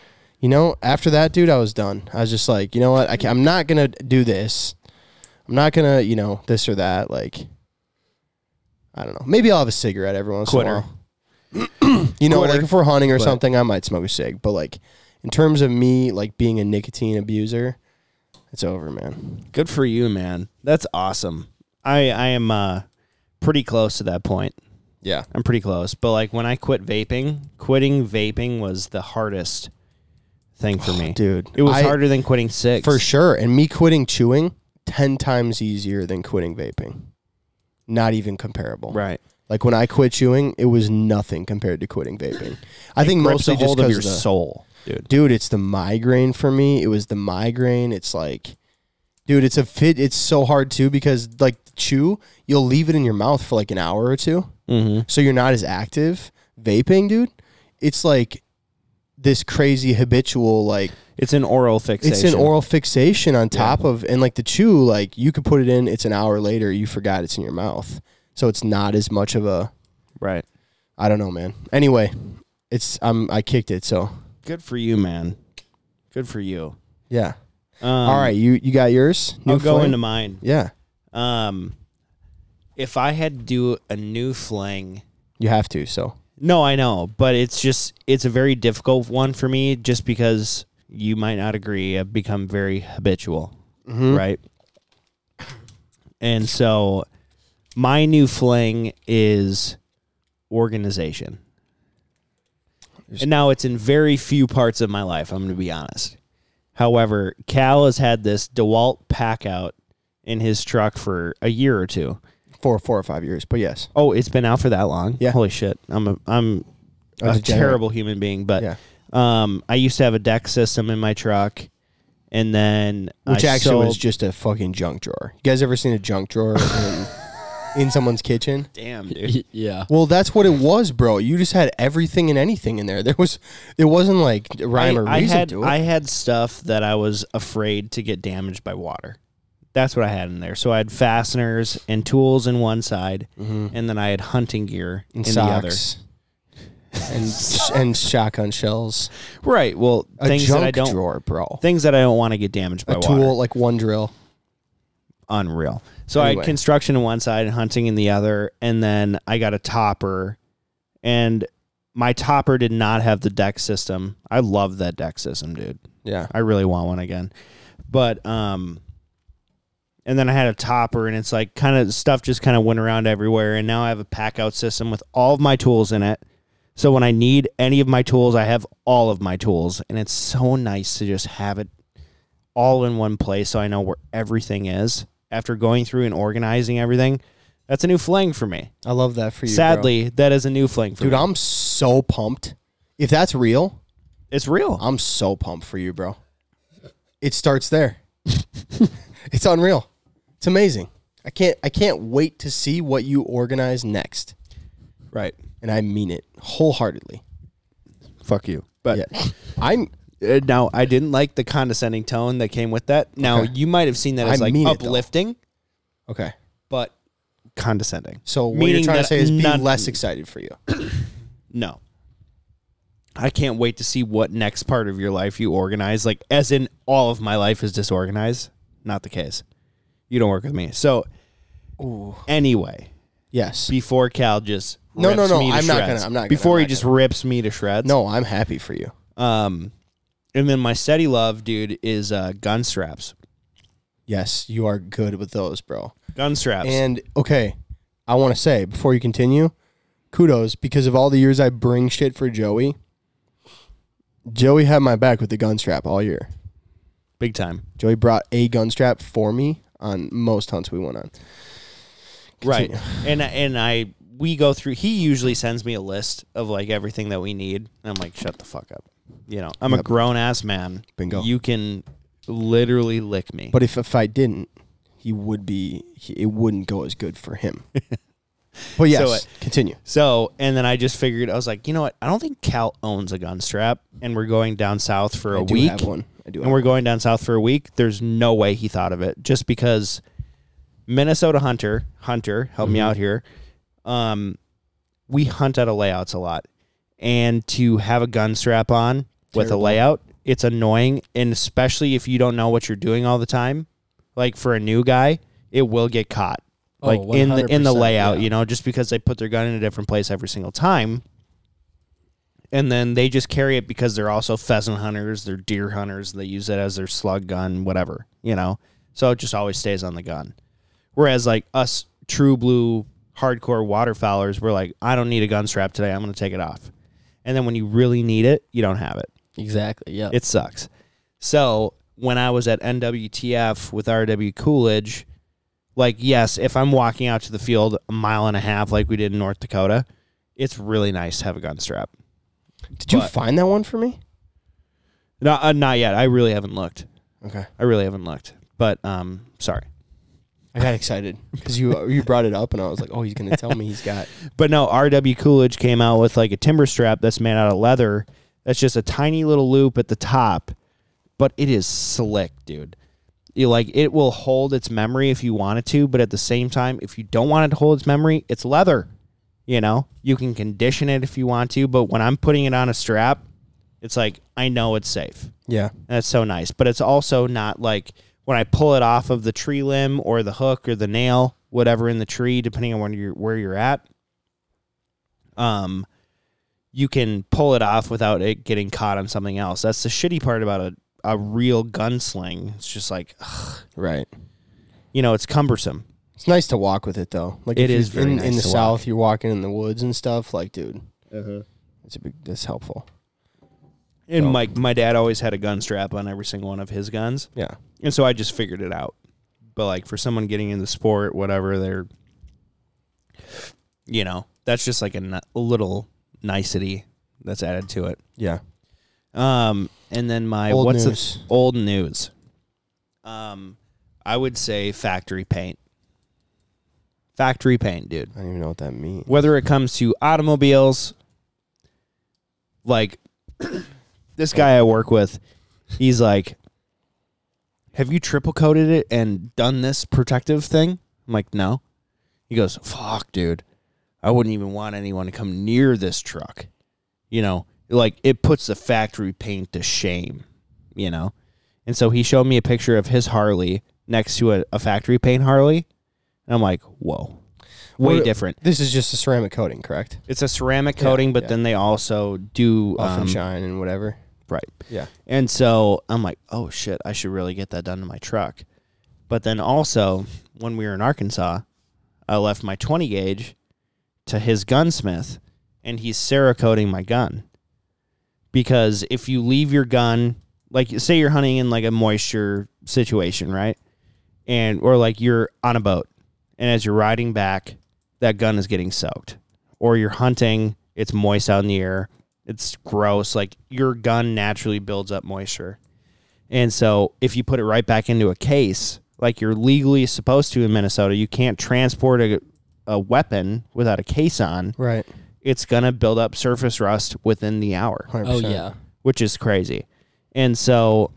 Speaker 1: you know, after that, dude, I was done. I was just like, you know what? I can, I'm not gonna do this. I'm not gonna, you know, this or that. Like, I don't know. Maybe I'll have a cigarette every once in a
Speaker 2: Quitter.
Speaker 1: while. you know,
Speaker 2: Quitter.
Speaker 1: like if we're hunting or
Speaker 2: But-
Speaker 1: something, I might smoke a cig. But like, in terms of me like being a nicotine abuser, it's over, man.
Speaker 2: Good for you, man. That's awesome. I I am uh pretty close to that point.
Speaker 1: Yeah.
Speaker 2: I'm pretty close. But like when I quit vaping, quitting vaping was the hardest thing for me.
Speaker 1: Oh, dude,
Speaker 2: It was
Speaker 1: I-
Speaker 2: harder than quitting six.
Speaker 1: For sure. And me quitting chewing, 10 times easier than quitting vaping. Not even comparable.
Speaker 2: Right.
Speaker 1: Like when I quit chewing, it was nothing compared to quitting vaping. I think
Speaker 2: Grips
Speaker 1: mostly
Speaker 2: a
Speaker 1: just
Speaker 2: hold of
Speaker 1: because
Speaker 2: your soul, dude.
Speaker 1: dude, it's the migraine for me. It was the migraine. It's like, dude, it's a fit. It's so hard too because like chew, you'll leave it in your mouth for like an hour or two
Speaker 2: Mm-hmm.
Speaker 1: so you're not as active. Vaping, dude, it's like this crazy habitual like
Speaker 2: It's an oral fixation.
Speaker 1: it's an oral fixation on top of and like the chew like you could put it in it's an hour later you forgot it's in your mouth so it's not as much of a
Speaker 2: Right.
Speaker 1: i don't know man anyway it's i'm i kicked it so
Speaker 2: Good for you, man. Good for you.
Speaker 1: yeah
Speaker 2: Um,
Speaker 1: all right you you got yours
Speaker 2: I'll go
Speaker 1: flame?
Speaker 2: into mine.
Speaker 1: yeah
Speaker 2: Um, if I had to do a new fling,
Speaker 1: you have to so
Speaker 2: no, I know, but it's just it's a very difficult one for me, just because you might not agree. I've become very habitual, right? And so, my new fling is organization. And now it's in very few parts of my life. I'm going to be honest. However, Cal has had this DeWalt pack out in his truck for a year or two.
Speaker 1: four four or five years but yes
Speaker 2: Oh, it's been out for that long.
Speaker 1: Yeah.
Speaker 2: Holy shit. I'm a I'm
Speaker 1: A
Speaker 2: a,
Speaker 1: degenerate.
Speaker 2: terrible human being, but
Speaker 1: Yeah.
Speaker 2: um, I used to have a deck system in my truck, and then
Speaker 1: which
Speaker 2: I
Speaker 1: actually was
Speaker 2: sold-
Speaker 1: just a fucking junk drawer you guys ever seen a junk drawer in, in someone's kitchen
Speaker 2: damn dude.
Speaker 3: Y- yeah.
Speaker 1: Well, that's what it was, bro. You just had everything and anything in there. There was, it wasn't like
Speaker 2: I,
Speaker 1: rhyme or
Speaker 2: I
Speaker 1: reason
Speaker 2: had
Speaker 1: to it.
Speaker 2: I had stuff that I was afraid to get damaged by water. That's what I had in there. So I had fasteners and tools in one side, and then I had hunting gear
Speaker 1: Mm-hmm. and
Speaker 2: in
Speaker 1: socks, and sh- and shotgun shells.
Speaker 2: the other. Right. Well,
Speaker 1: A
Speaker 2: things
Speaker 1: junk
Speaker 2: that I don't
Speaker 1: drawer, bro.
Speaker 2: things that I don't want to get damaged by
Speaker 1: A
Speaker 2: water.
Speaker 1: tool like one drill.
Speaker 2: unreal. So I
Speaker 1: Anyway.
Speaker 2: had construction in one side and hunting in the other, and then I got a topper, and my topper did not have the deck system. I love that deck system, dude.
Speaker 1: Yeah,
Speaker 2: I really want one again. But um and then I had a topper and it's like kind of stuff just kind of went around everywhere and now I have a pack out system with all of my tools in it. So when I need any of my tools, I have all of my tools and it's so nice to just have it all in one place so I know where everything is. After going through and organizing everything, that's a new fling for me.
Speaker 1: I love that for you. bro.
Speaker 2: Sadly, that is a new fling for
Speaker 1: dude,
Speaker 2: me.
Speaker 1: I'm so pumped. If that's real,
Speaker 2: it's real.
Speaker 1: I'm so pumped for you, bro. It starts there. it's unreal. It's amazing. I can't. I can't wait to see what you organize next.
Speaker 2: Right.
Speaker 1: and I mean it wholeheartedly.
Speaker 2: Fuck you. But
Speaker 1: Yeah, I'm.
Speaker 2: Uh, now I didn't like the condescending tone that came with that. Now
Speaker 1: Okay.
Speaker 2: you might have seen that as
Speaker 1: I
Speaker 2: like
Speaker 1: mean it, though.
Speaker 2: uplifting,
Speaker 1: Okay.
Speaker 2: but condescending.
Speaker 1: So what you're
Speaker 2: Meaning
Speaker 1: trying to
Speaker 2: that
Speaker 1: say is be
Speaker 2: none-
Speaker 1: less e-, excited for you.
Speaker 2: No. I can't wait to see what next part of your life you organize. Like as in all of my life is disorganized. Not the case. You don't work with me. So anyway,
Speaker 1: Yes.
Speaker 2: before Cal just
Speaker 1: No, no,
Speaker 2: rips
Speaker 1: no,
Speaker 2: me to
Speaker 1: I'm not
Speaker 2: shreds.
Speaker 1: gonna- I'm not gonna,
Speaker 2: Before
Speaker 1: I'm
Speaker 2: he
Speaker 1: not
Speaker 2: just rips me to shreds.
Speaker 1: no, I'm happy for you.
Speaker 2: Um and then my steady love, dude, is uh gun straps.
Speaker 1: Yes, you are good with those, bro.
Speaker 2: Gun straps.
Speaker 1: And okay, I want to say before you continue, kudos because of all the years I bring shit for Joey. Joey had my back with the gun strap all year.
Speaker 2: Big time.
Speaker 1: Joey brought a gun strap for me on most hunts we went on.
Speaker 2: right and and i we go through he usually sends me a list of like everything that we need and i'm like shut the fuck up you know i'm a grown-ass man
Speaker 1: Bingo.
Speaker 2: you can literally lick me
Speaker 1: But if, if I didn't, he would be. He, it wouldn't go as good for him. but yes,
Speaker 2: it-
Speaker 1: continue.
Speaker 2: so and then i just figured i was like you know what i don't think cal owns a gun strap and we're going down south for a
Speaker 1: I do
Speaker 2: week
Speaker 1: have one. I do.
Speaker 2: and
Speaker 1: Have
Speaker 2: we're going down south for a week there's no way he thought of it just because Minnesota Hunter, Hunter, help
Speaker 1: Mm-hmm.
Speaker 2: me out here. Um, we hunt out of layouts a lot, and to have a gun strap on with a
Speaker 3: Terrible.
Speaker 2: layout, it's annoying, and especially if you don't know what you're doing all the time. Like for a new guy, it will get caught.
Speaker 3: Oh,
Speaker 2: Like in the in the
Speaker 3: 100%,
Speaker 2: layout,
Speaker 3: yeah.
Speaker 2: you know, just because they put their gun in a different place every single time, and then they just carry it because they're also pheasant hunters, they're deer hunters, they use it as their slug gun, whatever, you know. So it just always stays on the gun. Whereas like us true blue hardcore waterfowlers, we're like, I don't need a gun strap today, I'm gonna take it off. And then when you really need it, you don't have it.
Speaker 3: Exactly. Yeah.
Speaker 2: It sucks. So when I was at NWTF with RW Coolidge, like yes, if I'm walking out to the field a mile and a half like we did in North Dakota, it's really nice to have a gun strap.
Speaker 1: Did you
Speaker 2: But-
Speaker 1: find that one for me?
Speaker 2: No, uh, not yet. I really haven't looked.
Speaker 1: Okay.
Speaker 2: I really haven't looked. But um, sorry.
Speaker 1: I got excited because you you brought it up and I was like, oh, he's gonna tell me he's got.
Speaker 2: But no, R.W. Coolidge came out with like a timber strap that's made out of leather. That's just a tiny little loop at the top, but it is slick, dude. You like it will hold its memory if you want it to, but at the same time, if you don't want it to hold its memory, it's leather. You know, you can condition it if you want to, but when I'm putting it on a strap, it's like I know it's safe.
Speaker 1: Yeah.
Speaker 2: That's so nice. But it's also not like when I pull it off of the tree limb or the hook or the nail, whatever in the tree, depending on where you're, where you're at. Um, you can pull it off without it getting caught on something else. That's the shitty part about a, a real gunsling. It's just like, ugh,
Speaker 1: Right.
Speaker 2: you know, it's cumbersome.
Speaker 1: It's nice to walk with it though. Like
Speaker 2: It
Speaker 1: if you-
Speaker 2: is very
Speaker 1: in, in
Speaker 2: nice
Speaker 1: the
Speaker 2: to walk.
Speaker 1: south. You're walking in the woods and stuff. Like, dude, it's a big. That's helpful.
Speaker 2: And
Speaker 1: So-
Speaker 2: Mike, my dad always had a gun strap on every single one of his guns.
Speaker 1: Yeah.
Speaker 2: And so I just figured it out. But like for someone getting into sport, whatever, they're, you know, that's just like a, ni- a little nicety that's added to it.
Speaker 1: Yeah.
Speaker 2: Um, and then my
Speaker 1: Old
Speaker 2: what's
Speaker 1: news.
Speaker 2: the old news? Um, I would say factory paint. Factory paint, dude.
Speaker 1: I don't even know what that means.
Speaker 2: Whether it comes to automobiles, like this guy I work with, he's like, "Have you triple coated it and done this protective thing?" I'm like, "No." He goes, "Fuck, dude, I wouldn't even want anyone to come near this truck." You know, like it puts the factory paint to shame. You know, and so he showed me a picture of his Harley next to a, a factory paint Harley, and I'm like, "Whoa." Way
Speaker 1: What-
Speaker 2: different.
Speaker 1: This is just a ceramic coating, correct?
Speaker 2: It's a ceramic coating, but
Speaker 1: yeah.
Speaker 2: then they also do
Speaker 1: Buff
Speaker 2: um,
Speaker 1: and shine and whatever.
Speaker 2: right.
Speaker 1: Yeah.
Speaker 2: And so I'm like, oh shit, I should really get that done to my truck. But then also, when we were in Arkansas, I left my 20 gauge to his gunsmith, and he's cerakoting my gun. Because if you leave your gun, like say you're hunting in like a moisture situation, right? And or like you're on a boat, and as you're riding back, that gun is getting soaked. Or you're hunting, it's moist out in the air, it's gross. Like your gun naturally builds up moisture. And so if you put it right back into a case, like you're legally supposed to in Minnesota, you can't transport a, a weapon without a case on.
Speaker 1: Right.
Speaker 2: It's going to build up surface rust within the hour
Speaker 1: Hundred
Speaker 3: Oh yeah.
Speaker 2: which is crazy. And so,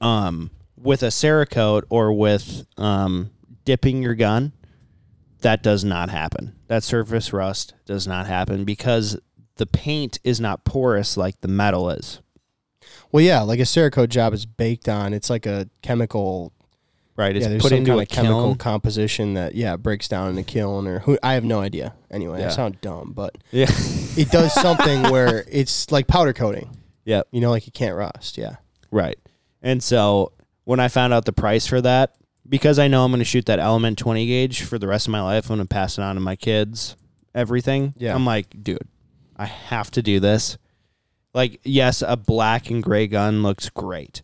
Speaker 2: um, with a Cerakote or with um, dipping your gun, that does not happen. That surface rust does not happen because the paint is not porous like the metal is.
Speaker 1: Well, yeah. Like a Cerakote job is baked on. It's like a chemical.
Speaker 2: Right? It's
Speaker 1: yeah. There's
Speaker 2: put
Speaker 1: some
Speaker 2: into
Speaker 1: kind
Speaker 2: a
Speaker 1: of chemical
Speaker 2: kiln.
Speaker 1: composition that yeah breaks down in a kiln or who I have no idea. Anyway, I
Speaker 2: Yeah.
Speaker 1: sound dumb, but
Speaker 2: Yeah.
Speaker 1: it does something where it's like powder coating.
Speaker 2: yep.
Speaker 1: You know, like it can't rust. Yeah.
Speaker 2: Right. And so when I found out the price for that, because I know I'm going to shoot that element 20 gauge for the rest of my life, I'm going to pass it on to my kids, everything.
Speaker 1: Yeah.
Speaker 2: I'm like, dude, I have to do this. Like, yes, a black and gray gun looks great.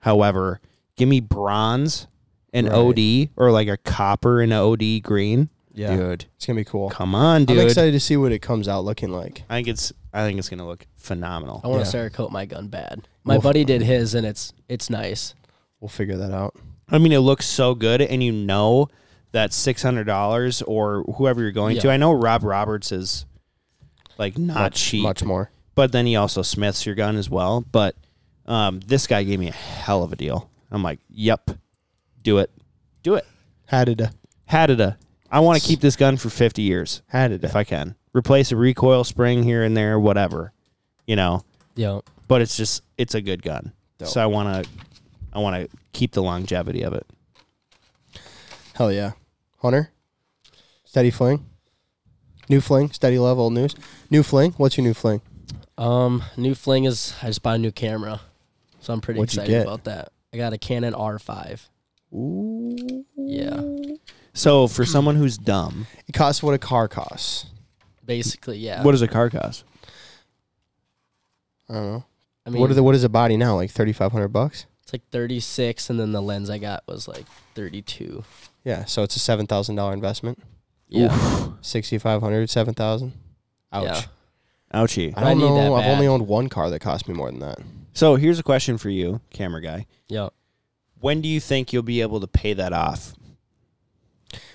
Speaker 2: However, give me bronze and
Speaker 1: Right.
Speaker 2: OD or like a copper and OD green.
Speaker 1: Yeah.
Speaker 2: Dude,
Speaker 1: It's gonna be cool.
Speaker 2: come on, dude.
Speaker 1: I'm excited to see what it comes out looking like.
Speaker 2: I think it's I think it's going to look phenomenal.
Speaker 3: I want to
Speaker 1: Yeah.
Speaker 3: Cerakote my gun bad. My
Speaker 1: Oof.
Speaker 3: buddy did his, and it's it's nice.
Speaker 1: We'll figure that out.
Speaker 2: I mean, it looks so good, and you know that six hundred dollars or whoever you're going to.
Speaker 3: Yeah.
Speaker 2: I know Rob Roberts is like not
Speaker 3: Ah,
Speaker 2: cheap,
Speaker 1: Much more.
Speaker 2: but then he also smiths your gun as well. But um, this guy gave me a hell of a deal. I'm like, yep, do it, do it.
Speaker 1: Had it. a-
Speaker 2: Hadida. I want to keep this gun for 50 years
Speaker 1: Had it.
Speaker 2: if
Speaker 1: a-
Speaker 2: I can. Replace a recoil spring here and there, whatever. You know,
Speaker 3: Yo,
Speaker 2: but it's just it's a good gun.
Speaker 1: Dope.
Speaker 2: So I want to I want to keep the longevity of it.
Speaker 1: Hell yeah. Hunter. Steady fling. New fling. Steady love. Old news. New fling. What's your new fling?
Speaker 3: um, new fling is I just bought a new camera, so I'm pretty
Speaker 1: What'd you
Speaker 3: excited
Speaker 1: get?
Speaker 3: about that. I got a Canon R5.
Speaker 1: Ooh.
Speaker 3: Yeah,
Speaker 2: So for someone who's dumb,
Speaker 1: It costs what a car costs.
Speaker 3: basically, yeah.
Speaker 2: what does a car cost?
Speaker 1: I don't know.
Speaker 3: I mean,
Speaker 1: what are the what is a body now? Like thirty five hundred bucks?
Speaker 3: it's like 36, and then the lens I got was like 32.
Speaker 1: Yeah. So it's a seven thousand dollar investment.
Speaker 3: Yeah,
Speaker 1: Sixty five hundred, seven thousand. Ouch.
Speaker 3: Yeah.
Speaker 2: Ouchie.
Speaker 1: I
Speaker 3: I
Speaker 1: don't
Speaker 3: need that
Speaker 1: know. I've
Speaker 3: bad.
Speaker 1: only owned one car that cost me more than that.
Speaker 2: So here's a question for you, camera guy.
Speaker 3: yo,
Speaker 2: When do you think you'll be able to pay that off?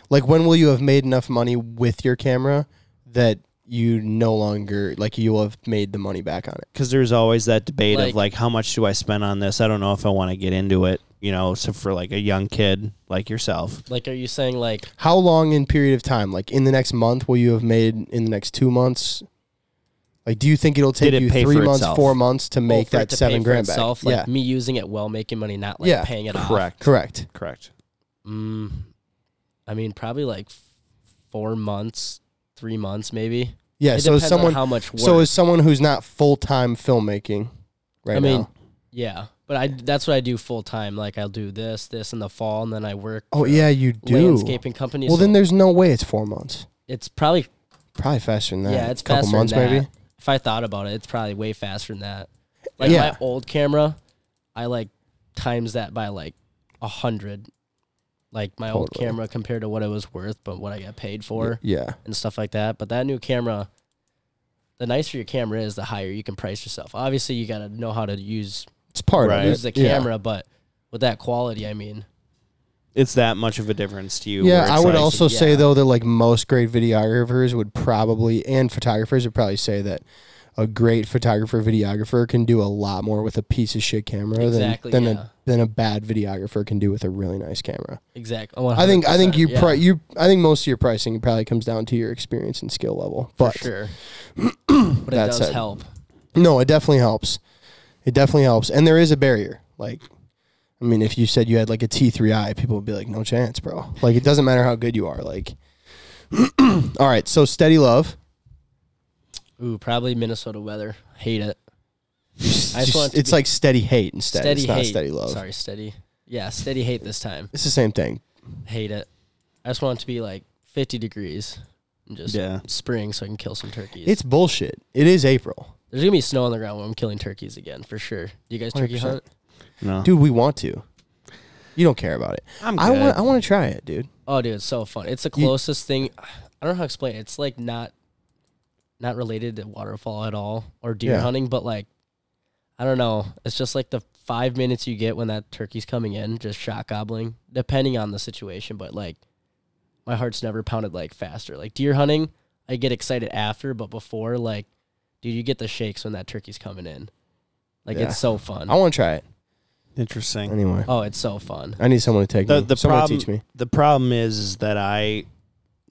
Speaker 1: Like when will you have made enough money with your camera that you no longer like you will have made the money back on it?
Speaker 2: Because there's always that debate
Speaker 3: Like-
Speaker 2: of like, how much do I spend on this? I don't know if I want to get into it. You know, so for like a young kid like yourself,
Speaker 3: like, are you saying like
Speaker 1: How long in period of time? Like in the next month will you have made in the next two months? Like do you think it'll take
Speaker 2: Did it
Speaker 1: you
Speaker 2: pay
Speaker 1: three
Speaker 2: for
Speaker 1: months,
Speaker 2: itself?
Speaker 1: four months to
Speaker 3: well,
Speaker 1: make
Speaker 3: oh, for it
Speaker 1: that
Speaker 3: to
Speaker 1: seven
Speaker 3: pay for
Speaker 1: grand
Speaker 3: itself,
Speaker 1: back?
Speaker 3: like
Speaker 1: yeah.
Speaker 3: me using it while making money, not like
Speaker 1: Yeah.
Speaker 3: paying it off?
Speaker 1: Correct.
Speaker 2: correct.
Speaker 3: Mm, I mean, probably like f- four months, three months, maybe.
Speaker 1: Yeah.
Speaker 3: it
Speaker 1: so
Speaker 3: depends
Speaker 1: is someone
Speaker 3: on how much work.
Speaker 1: so is someone who's not full time filmmaking right
Speaker 3: I mean,
Speaker 1: now.
Speaker 3: yeah, but I that's what I do full time. Like I'll do this, this in the fall, and then I work.
Speaker 1: Oh
Speaker 3: for
Speaker 1: yeah, you do.
Speaker 3: landscaping company.
Speaker 1: Well
Speaker 3: so
Speaker 1: then there's no way it's four months.
Speaker 3: it's probably
Speaker 1: Probably faster than that.
Speaker 3: yeah, it's
Speaker 1: couple
Speaker 3: faster
Speaker 1: months
Speaker 3: than that.
Speaker 1: maybe.
Speaker 3: If I thought about it, it's probably way faster than that. Like
Speaker 1: Yeah.
Speaker 3: my old camera, I like times that by like a hundred. Like my old
Speaker 1: Totally.
Speaker 3: camera compared to what it was worth, but what I got paid for.
Speaker 1: Yeah.
Speaker 3: and stuff like that. But that new camera, the nicer your camera is, the higher you can price yourself. Obviously, you got to know how to use
Speaker 1: It's part
Speaker 2: Right.
Speaker 1: of it.
Speaker 3: use the
Speaker 1: Yeah.
Speaker 3: camera, but with that quality, I mean,
Speaker 2: It's that much of a difference to you. where
Speaker 1: Yeah,
Speaker 2: it's
Speaker 1: I would
Speaker 2: like-
Speaker 1: also say
Speaker 3: yeah.
Speaker 1: though that like most great videographers would probably and photographers would probably say that a great photographer videographer can do a lot more with a piece of shit camera
Speaker 3: Exactly,
Speaker 1: than than
Speaker 3: yeah.
Speaker 1: a than a bad videographer can do with a really nice camera.
Speaker 3: exactly.
Speaker 1: I think I think you
Speaker 3: yeah,
Speaker 1: pri- you I think most of your pricing probably comes down to your experience and skill level.
Speaker 3: for
Speaker 1: But
Speaker 3: sure, but it
Speaker 1: That
Speaker 3: does
Speaker 1: said.
Speaker 3: help.
Speaker 1: no, it definitely helps. It definitely helps, and there is a barrier. Like, I mean, if you said you had like a T three I, people would be like, "No chance, bro." Like, it doesn't matter how good you are. Like, all right, so steady love.
Speaker 3: Ooh, probably Minnesota weather. Hate it.
Speaker 1: Just-
Speaker 3: just want it to
Speaker 1: it's
Speaker 3: be-
Speaker 1: like steady hate instead.
Speaker 3: Steady
Speaker 1: it's not
Speaker 3: hate.
Speaker 1: steady love.
Speaker 3: Sorry, steady. Yeah, steady hate this time.
Speaker 1: It's the same thing.
Speaker 3: Hate it. I just want it to be like 50 degrees. and Just
Speaker 2: Yeah.
Speaker 3: spring, so I can kill some turkeys.
Speaker 1: It's bullshit. It is April,
Speaker 3: There's gonna be snow on the ground when I'm killing turkeys again for sure. Do you guys turkey
Speaker 1: 100%.
Speaker 3: hunt?
Speaker 2: No.
Speaker 1: dude. We want to. You don't care about it.
Speaker 2: I'm
Speaker 1: I
Speaker 2: good.
Speaker 1: want. I want to try it, dude.
Speaker 3: Oh, dude, it's so fun. It's the
Speaker 1: You-
Speaker 3: closest thing. I don't know how to explain it. It's like not, not related to waterfall at all or deer
Speaker 1: Yeah.
Speaker 3: hunting, but like, I don't know. It's just like the five minutes you get when that turkey's coming in, just shot gobbling, depending on the situation. But like, my heart's never pounded like faster. Like deer hunting, I get excited after, but before, like, dude, you get the shakes when that turkey's coming in. Like
Speaker 1: Yeah.
Speaker 3: it's so fun.
Speaker 1: I want to try it
Speaker 2: Interesting.
Speaker 1: anyway.
Speaker 3: Oh, it's so fun.
Speaker 1: I need someone to take
Speaker 2: The
Speaker 1: me.
Speaker 2: the
Speaker 1: someone
Speaker 2: problem
Speaker 1: to teach me.
Speaker 2: the problem is, is that I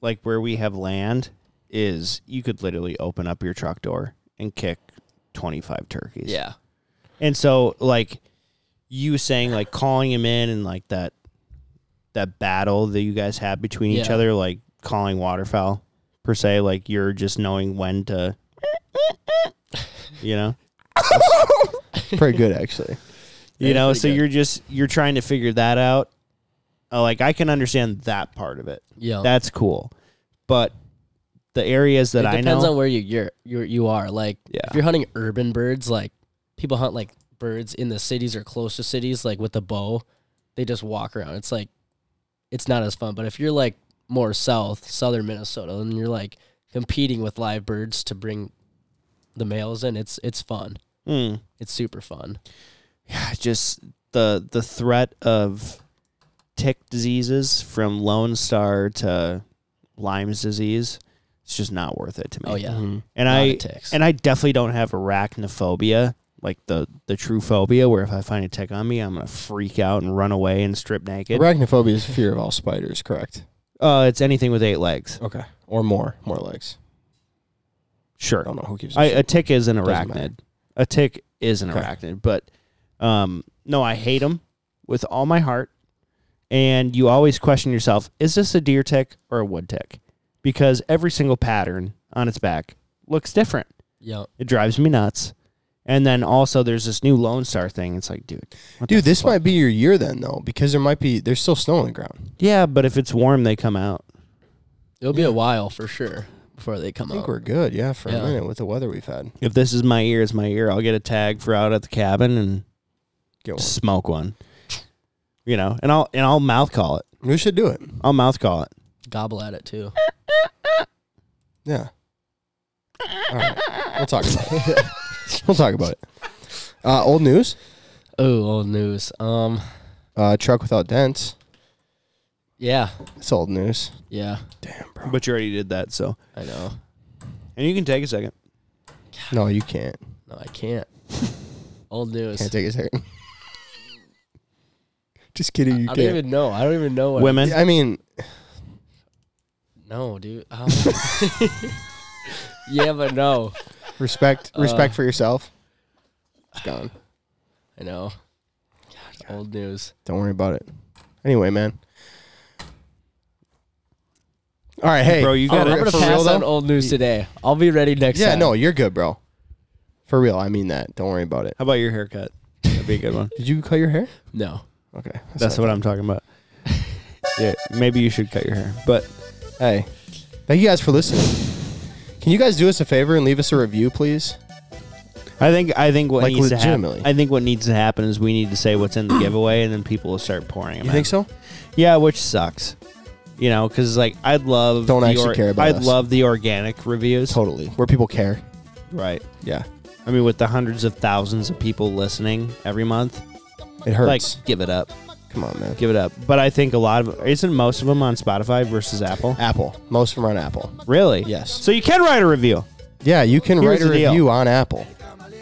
Speaker 2: like where we have land is you could literally open up your truck door and kick 25 turkeys.
Speaker 3: Yeah.
Speaker 2: And so like you saying like calling him in and like that that battle that you guys have between each
Speaker 3: Yeah.
Speaker 2: other like calling waterfowl per se like you're just knowing when to you know
Speaker 1: Pretty good actually.
Speaker 2: you
Speaker 3: Yeah,
Speaker 2: know
Speaker 3: pretty
Speaker 2: so
Speaker 3: good.
Speaker 2: you're just you're trying to figure that out Uh, like i can understand that part of it
Speaker 3: Yeah.
Speaker 2: that's cool but the areas that
Speaker 3: it
Speaker 2: i
Speaker 3: depends
Speaker 2: know
Speaker 3: on where you you're, you're you are. Like
Speaker 2: Yeah.
Speaker 3: if you're hunting urban birds, like people hunt like birds in the cities or close to cities, like with the bow, they just walk around. It's like it's not as fun. But if you're like more south, southern Minnesota, and you're like competing with live birds to bring the males in, it's it's fun.
Speaker 2: Mm.
Speaker 3: It's super fun.
Speaker 2: yeah just the the threat of tick diseases from lone star to lyme's disease it's just not worth it to me
Speaker 3: Oh yeah.
Speaker 1: Mhm.
Speaker 2: and
Speaker 3: Lot of
Speaker 2: i
Speaker 3: ticks.
Speaker 2: and i definitely don't have arachnophobia like the the true phobia where if I find a tick on me, I'm gonna freak out and run away and strip naked.
Speaker 1: Arachnophobia is fear of all spiders, correct?
Speaker 2: Uh, it's anything with eight legs.
Speaker 1: Okay. Or more, more legs. I
Speaker 2: Sure.
Speaker 1: don't know who gives a
Speaker 2: I,
Speaker 1: shit.
Speaker 2: a tick is an
Speaker 1: Doesn't matter.
Speaker 2: arachnid. A tick is an
Speaker 1: Okay.
Speaker 2: arachnid, but um, no, I hate them with all my heart. And you always question yourself: Is this a deer tick or a wood tick? Because every single pattern on its back looks different.
Speaker 3: Yep.
Speaker 2: It drives me nuts. And then also, there's this new Lone Star thing. It's like, dude, what
Speaker 1: Dude,
Speaker 2: the
Speaker 1: this
Speaker 2: fuck?
Speaker 1: might be your year then, though, because there might be there's still snow on the ground.
Speaker 2: Yeah, but if it's warm, they come out.
Speaker 3: It'll be a while for sure before they come
Speaker 1: I think
Speaker 3: out.
Speaker 1: we're good, yeah, for
Speaker 3: Yeah.
Speaker 1: a minute with the weather we've had.
Speaker 2: If this is my ear, it's my ear. I'll get a tag for out at the cabin and
Speaker 1: Get one.
Speaker 2: smoke one. You know, and I'll and I'll mouth call it.
Speaker 1: We should do it.
Speaker 2: I'll mouth call it.
Speaker 3: Gobble at it too.
Speaker 1: Yeah. All right. We'll talk about it. we'll talk about it. Uh, old news.
Speaker 3: Oh, old news. Um,
Speaker 1: Uh, truck without dents.
Speaker 3: yeah,
Speaker 1: It's old news.
Speaker 3: yeah,
Speaker 2: But you already did that, so
Speaker 3: I know.
Speaker 2: and you can take a second.
Speaker 1: No, you can't.
Speaker 3: No, I can't. old news.
Speaker 1: Can't take a second. Just kidding. You
Speaker 3: I don't
Speaker 1: can't.
Speaker 3: even know. I don't even know what.
Speaker 2: Women,
Speaker 1: I mean,
Speaker 3: No, dude. Um, yeah, but no.
Speaker 1: respect. Respect for yourself. It's gone.
Speaker 3: I know. God, old news.
Speaker 1: Don't worry about it. Anyway, man. All right. Hey,
Speaker 2: bro, you
Speaker 3: Oh,
Speaker 2: got
Speaker 3: I'm
Speaker 2: it.
Speaker 3: gonna
Speaker 1: for
Speaker 3: pass
Speaker 1: real,
Speaker 3: on
Speaker 1: though?
Speaker 3: old news today. I'll be ready next.
Speaker 1: Yeah,
Speaker 3: time.
Speaker 1: no, you're good, bro. For real, I mean that. Don't worry about it.
Speaker 2: How about your haircut? That'd be a good one.
Speaker 1: Did you cut your hair?
Speaker 3: no.
Speaker 1: Okay,
Speaker 2: That's what I'm talking about. Yeah, maybe you should cut your hair. But
Speaker 1: Hey, thank you guys for listening. Can you guys do us a favor and leave us a review, please?
Speaker 2: I think I think what
Speaker 1: Like,
Speaker 2: needs to happen.
Speaker 1: legitimately.
Speaker 2: I think what needs to happen is we need to say what's in the giveaway, and then people will start pouring them.
Speaker 1: You think so?
Speaker 2: Yeah, which sucks. You know, because like I'd love
Speaker 1: Don't
Speaker 2: the
Speaker 1: actually care about
Speaker 2: I'd
Speaker 1: us.
Speaker 2: love the organic reviews.
Speaker 1: Totally. Where people care.
Speaker 2: Right.
Speaker 1: Yeah,
Speaker 2: I mean, with the hundreds of thousands of people listening every month,
Speaker 1: it hurts.
Speaker 2: like give it up,
Speaker 1: Come on, man.
Speaker 2: give it up. But I think a lot of isn't most of them on Spotify versus Apple.
Speaker 1: Apple. Most of them are on Apple.
Speaker 2: Really?
Speaker 1: Yes.
Speaker 2: So you can write a review,
Speaker 1: Yeah, you can write
Speaker 2: Here's
Speaker 1: a
Speaker 2: the deal.
Speaker 1: review on Apple.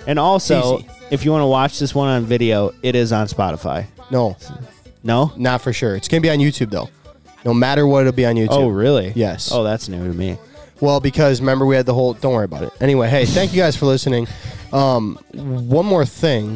Speaker 2: and also
Speaker 1: Easy.
Speaker 2: if you want to watch this one on video, it is on Spotify.
Speaker 1: No,
Speaker 2: No.
Speaker 1: not for sure. It's gonna be on YouTube though. No matter what, it'll be on YouTube.
Speaker 2: Oh, really?
Speaker 1: Yes.
Speaker 2: Oh, that's new to me.
Speaker 1: Well, because remember we had the whole. Don't worry about it. Anyway, hey, thank you guys for listening. Um, one more thing